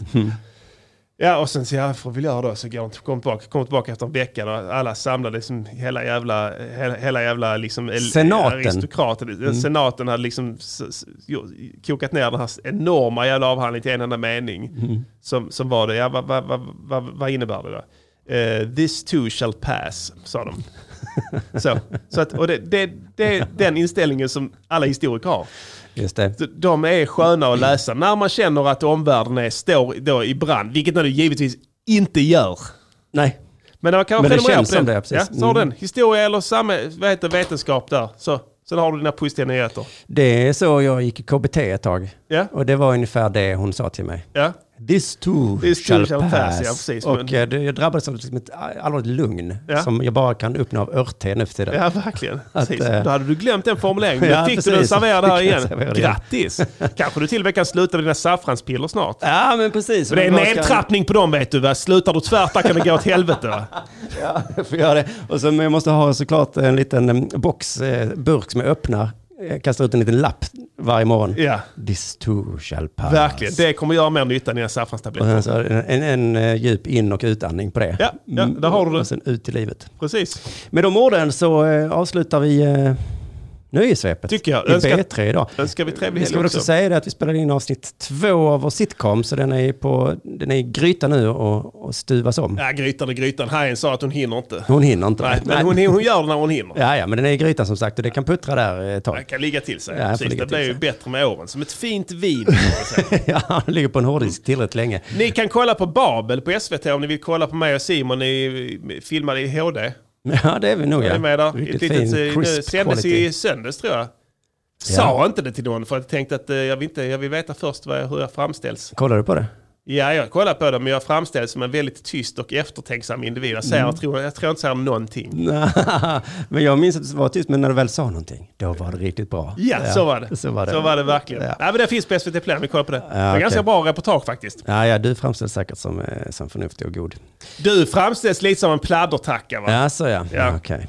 A: Ja, och sen så ja, för vill jag då? Så går hon kom tillbaka, kom tillbaka efter en vecka och alla samlade liksom hela jävla, hela, hela jävla liksom el-
B: Senaten.
A: aristokrater. Senaten hade liksom s- s- jo- kokat ner den här enorma jävla avhandlingen till en enda mening. Som, som var det, ja vad, vad, vad, vad, vad innebär det då? Eh, this too shall pass, sa de. så, så att, och det, det, det är den inställningen som alla historiker har.
B: Just det.
A: D- De är sköna att läsa när man känner att omvärlden är, står då i brand, vilket den givetvis inte gör.
B: Nej.
A: Men, när man kan
B: Men det
A: prenumerera
B: känns
A: på den,
B: som det, precis.
A: Ja, så har
B: Mm.
A: den historia eller samma, vad heter vetenskap där. Så, sen har du dina positiva nyheter.
B: Det är så jag gick i KBT ett tag.
A: Ja.
B: Och det var ungefär det hon sa till mig.
A: Ja.
B: This too
A: This too
B: shall,
A: shall
B: pass.
A: pass, ja, precis,
B: och
A: men-
B: eh, det, jag drabbades av liksom ett allvarligt lugn
A: Ja.
B: som jag bara kan uppnå av örtte nu för tiden.
A: Ja, verkligen.
B: Att,
A: Precis.
B: eh,
A: Då hade du glömt den formuleringen.
B: Ja,
A: Nu fick du den
B: precis.
A: serverad här
B: Fick jag
A: igen.
B: serverad igen.
A: Grattis! Kanske du till och med kan sluta med dina saffranspiller snart.
B: Ja, men precis.
A: För det är en
B: Vad ska-
A: nedtrappning på dem vet du. Va? Slutar du tvärt där kan det gå åt helvete. Va?
B: Ja, jag får göra det. Och så men jag måste ha såklart en liten em, box, eh, burk som jag öppnar. Jag kastar ut en liten lapp varje morgon.
A: Ja.
B: This too shall pass.
A: Verkligen. Det kommer göra mer nytta än dina
B: Och
A: saffranstabletter.
B: sen så en, en, en eh, djup in och utandning på det. Mm.
A: Ja, ja, där har du det.
B: Och sen ut i livet.
A: Precis.
B: Med de orden så eh, avslutar vi eh, nöjesvepet
A: Tycker jag.
B: i
A: Önskar-
B: B3 idag.
A: Önskar vi trevlig
B: Vi ska
A: helg
B: väl också
A: också.
B: säga det att vi spelade in avsnitt två av vår sitcom, så den är, på, den är i gryta nu och, och stuvas om.
A: Ja, grytan är grytan. Hajen sa att hon hinner inte.
B: Hon hinner inte.
A: Nej, men hon, hon gör det när hon hinner.
B: Ja, ja, men den är i grytan som sagt och det kan puttra där eh, ett
A: Den
B: tag.
A: kan ligga till sig.
B: Ja, den får
A: Precis,
B: ligga
A: det
B: till
A: blir ju
B: sig.
A: bättre med åren. Som ett fint vin. kan man säga.
B: ja, den ligger på en hårddisk tillräckligt länge.
A: ni kan kolla på Babel på SVT om ni vill kolla på mig och Simon i, filmade i HD.
B: Ja, det är vi nog
A: Ja.
B: ja.
A: Är med där. Ett
B: Riktigt
A: litet, eh,
B: fin,
A: nu
B: crisp
A: sändes
B: quality.
A: i söndags tror jag. Sa inte det till någon för jag tänkte att eh, jag vill, inte, jag vill veta först vad jag, hur jag framställs.
B: Kollar du på det?
A: Ja, jag kollar på det men jag framställs som en väldigt tyst och eftertänksam individ. Jag,
B: Mm.
A: säger, jag, tror, jag tror jag inte säger någonting.
B: men jag minns att det var tyst, men när du väl sa någonting, då var det riktigt bra.
A: Ja, så var det.
B: Så var det,
A: verkligen.
B: Ja.
A: Ja. men det finns på SVT Play, vi kollar på det. det är
B: okej.
A: ganska bra reportage faktiskt.
B: Ja, ja, du framställs säkert som, eh, som förnuftig och god.
A: Du framställs lite som en pladdertacka va?
B: Ja, så ja.
A: Ja.
B: ja. Okej.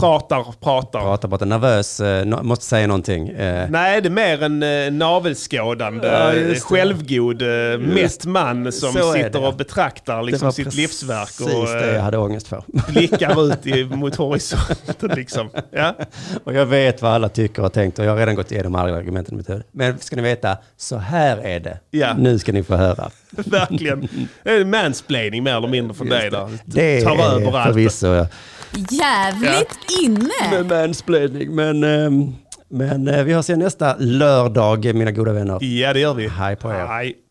A: Pratar och pratar.
B: Prata bara nervös, eh, no- måste säga någonting. Eh,
A: Nej, det är mer en eh, navelskådande,
B: Ja, just det.
A: självgod, eh, mätt man som
B: Så är
A: sitter
B: det.
A: och betraktar
B: det var
A: liksom sitt livsverk och
B: Precis det jag
A: eh,
B: hade ångest för.
A: blickar ut i, mot horisonten. Liksom. Ja.
B: och jag vet vad alla tycker och tänkt och jag har redan gått igenom alla argumenten i mitt huvud. Men ska ni veta, så här är det.
A: Ja.
B: Nu ska ni få höra.
A: Verkligen. Det är mansplaining mer eller mindre för dig där.
B: Det
A: Tar
B: är
A: över allt.
B: förvisso ja.
C: Jävligt inne!
B: med mansplaining. Men, ehm, men eh, vi hörs igen nästa lördag, mina goda vänner.
A: Ja, det gör vi.
B: Hej på er.
A: Hej.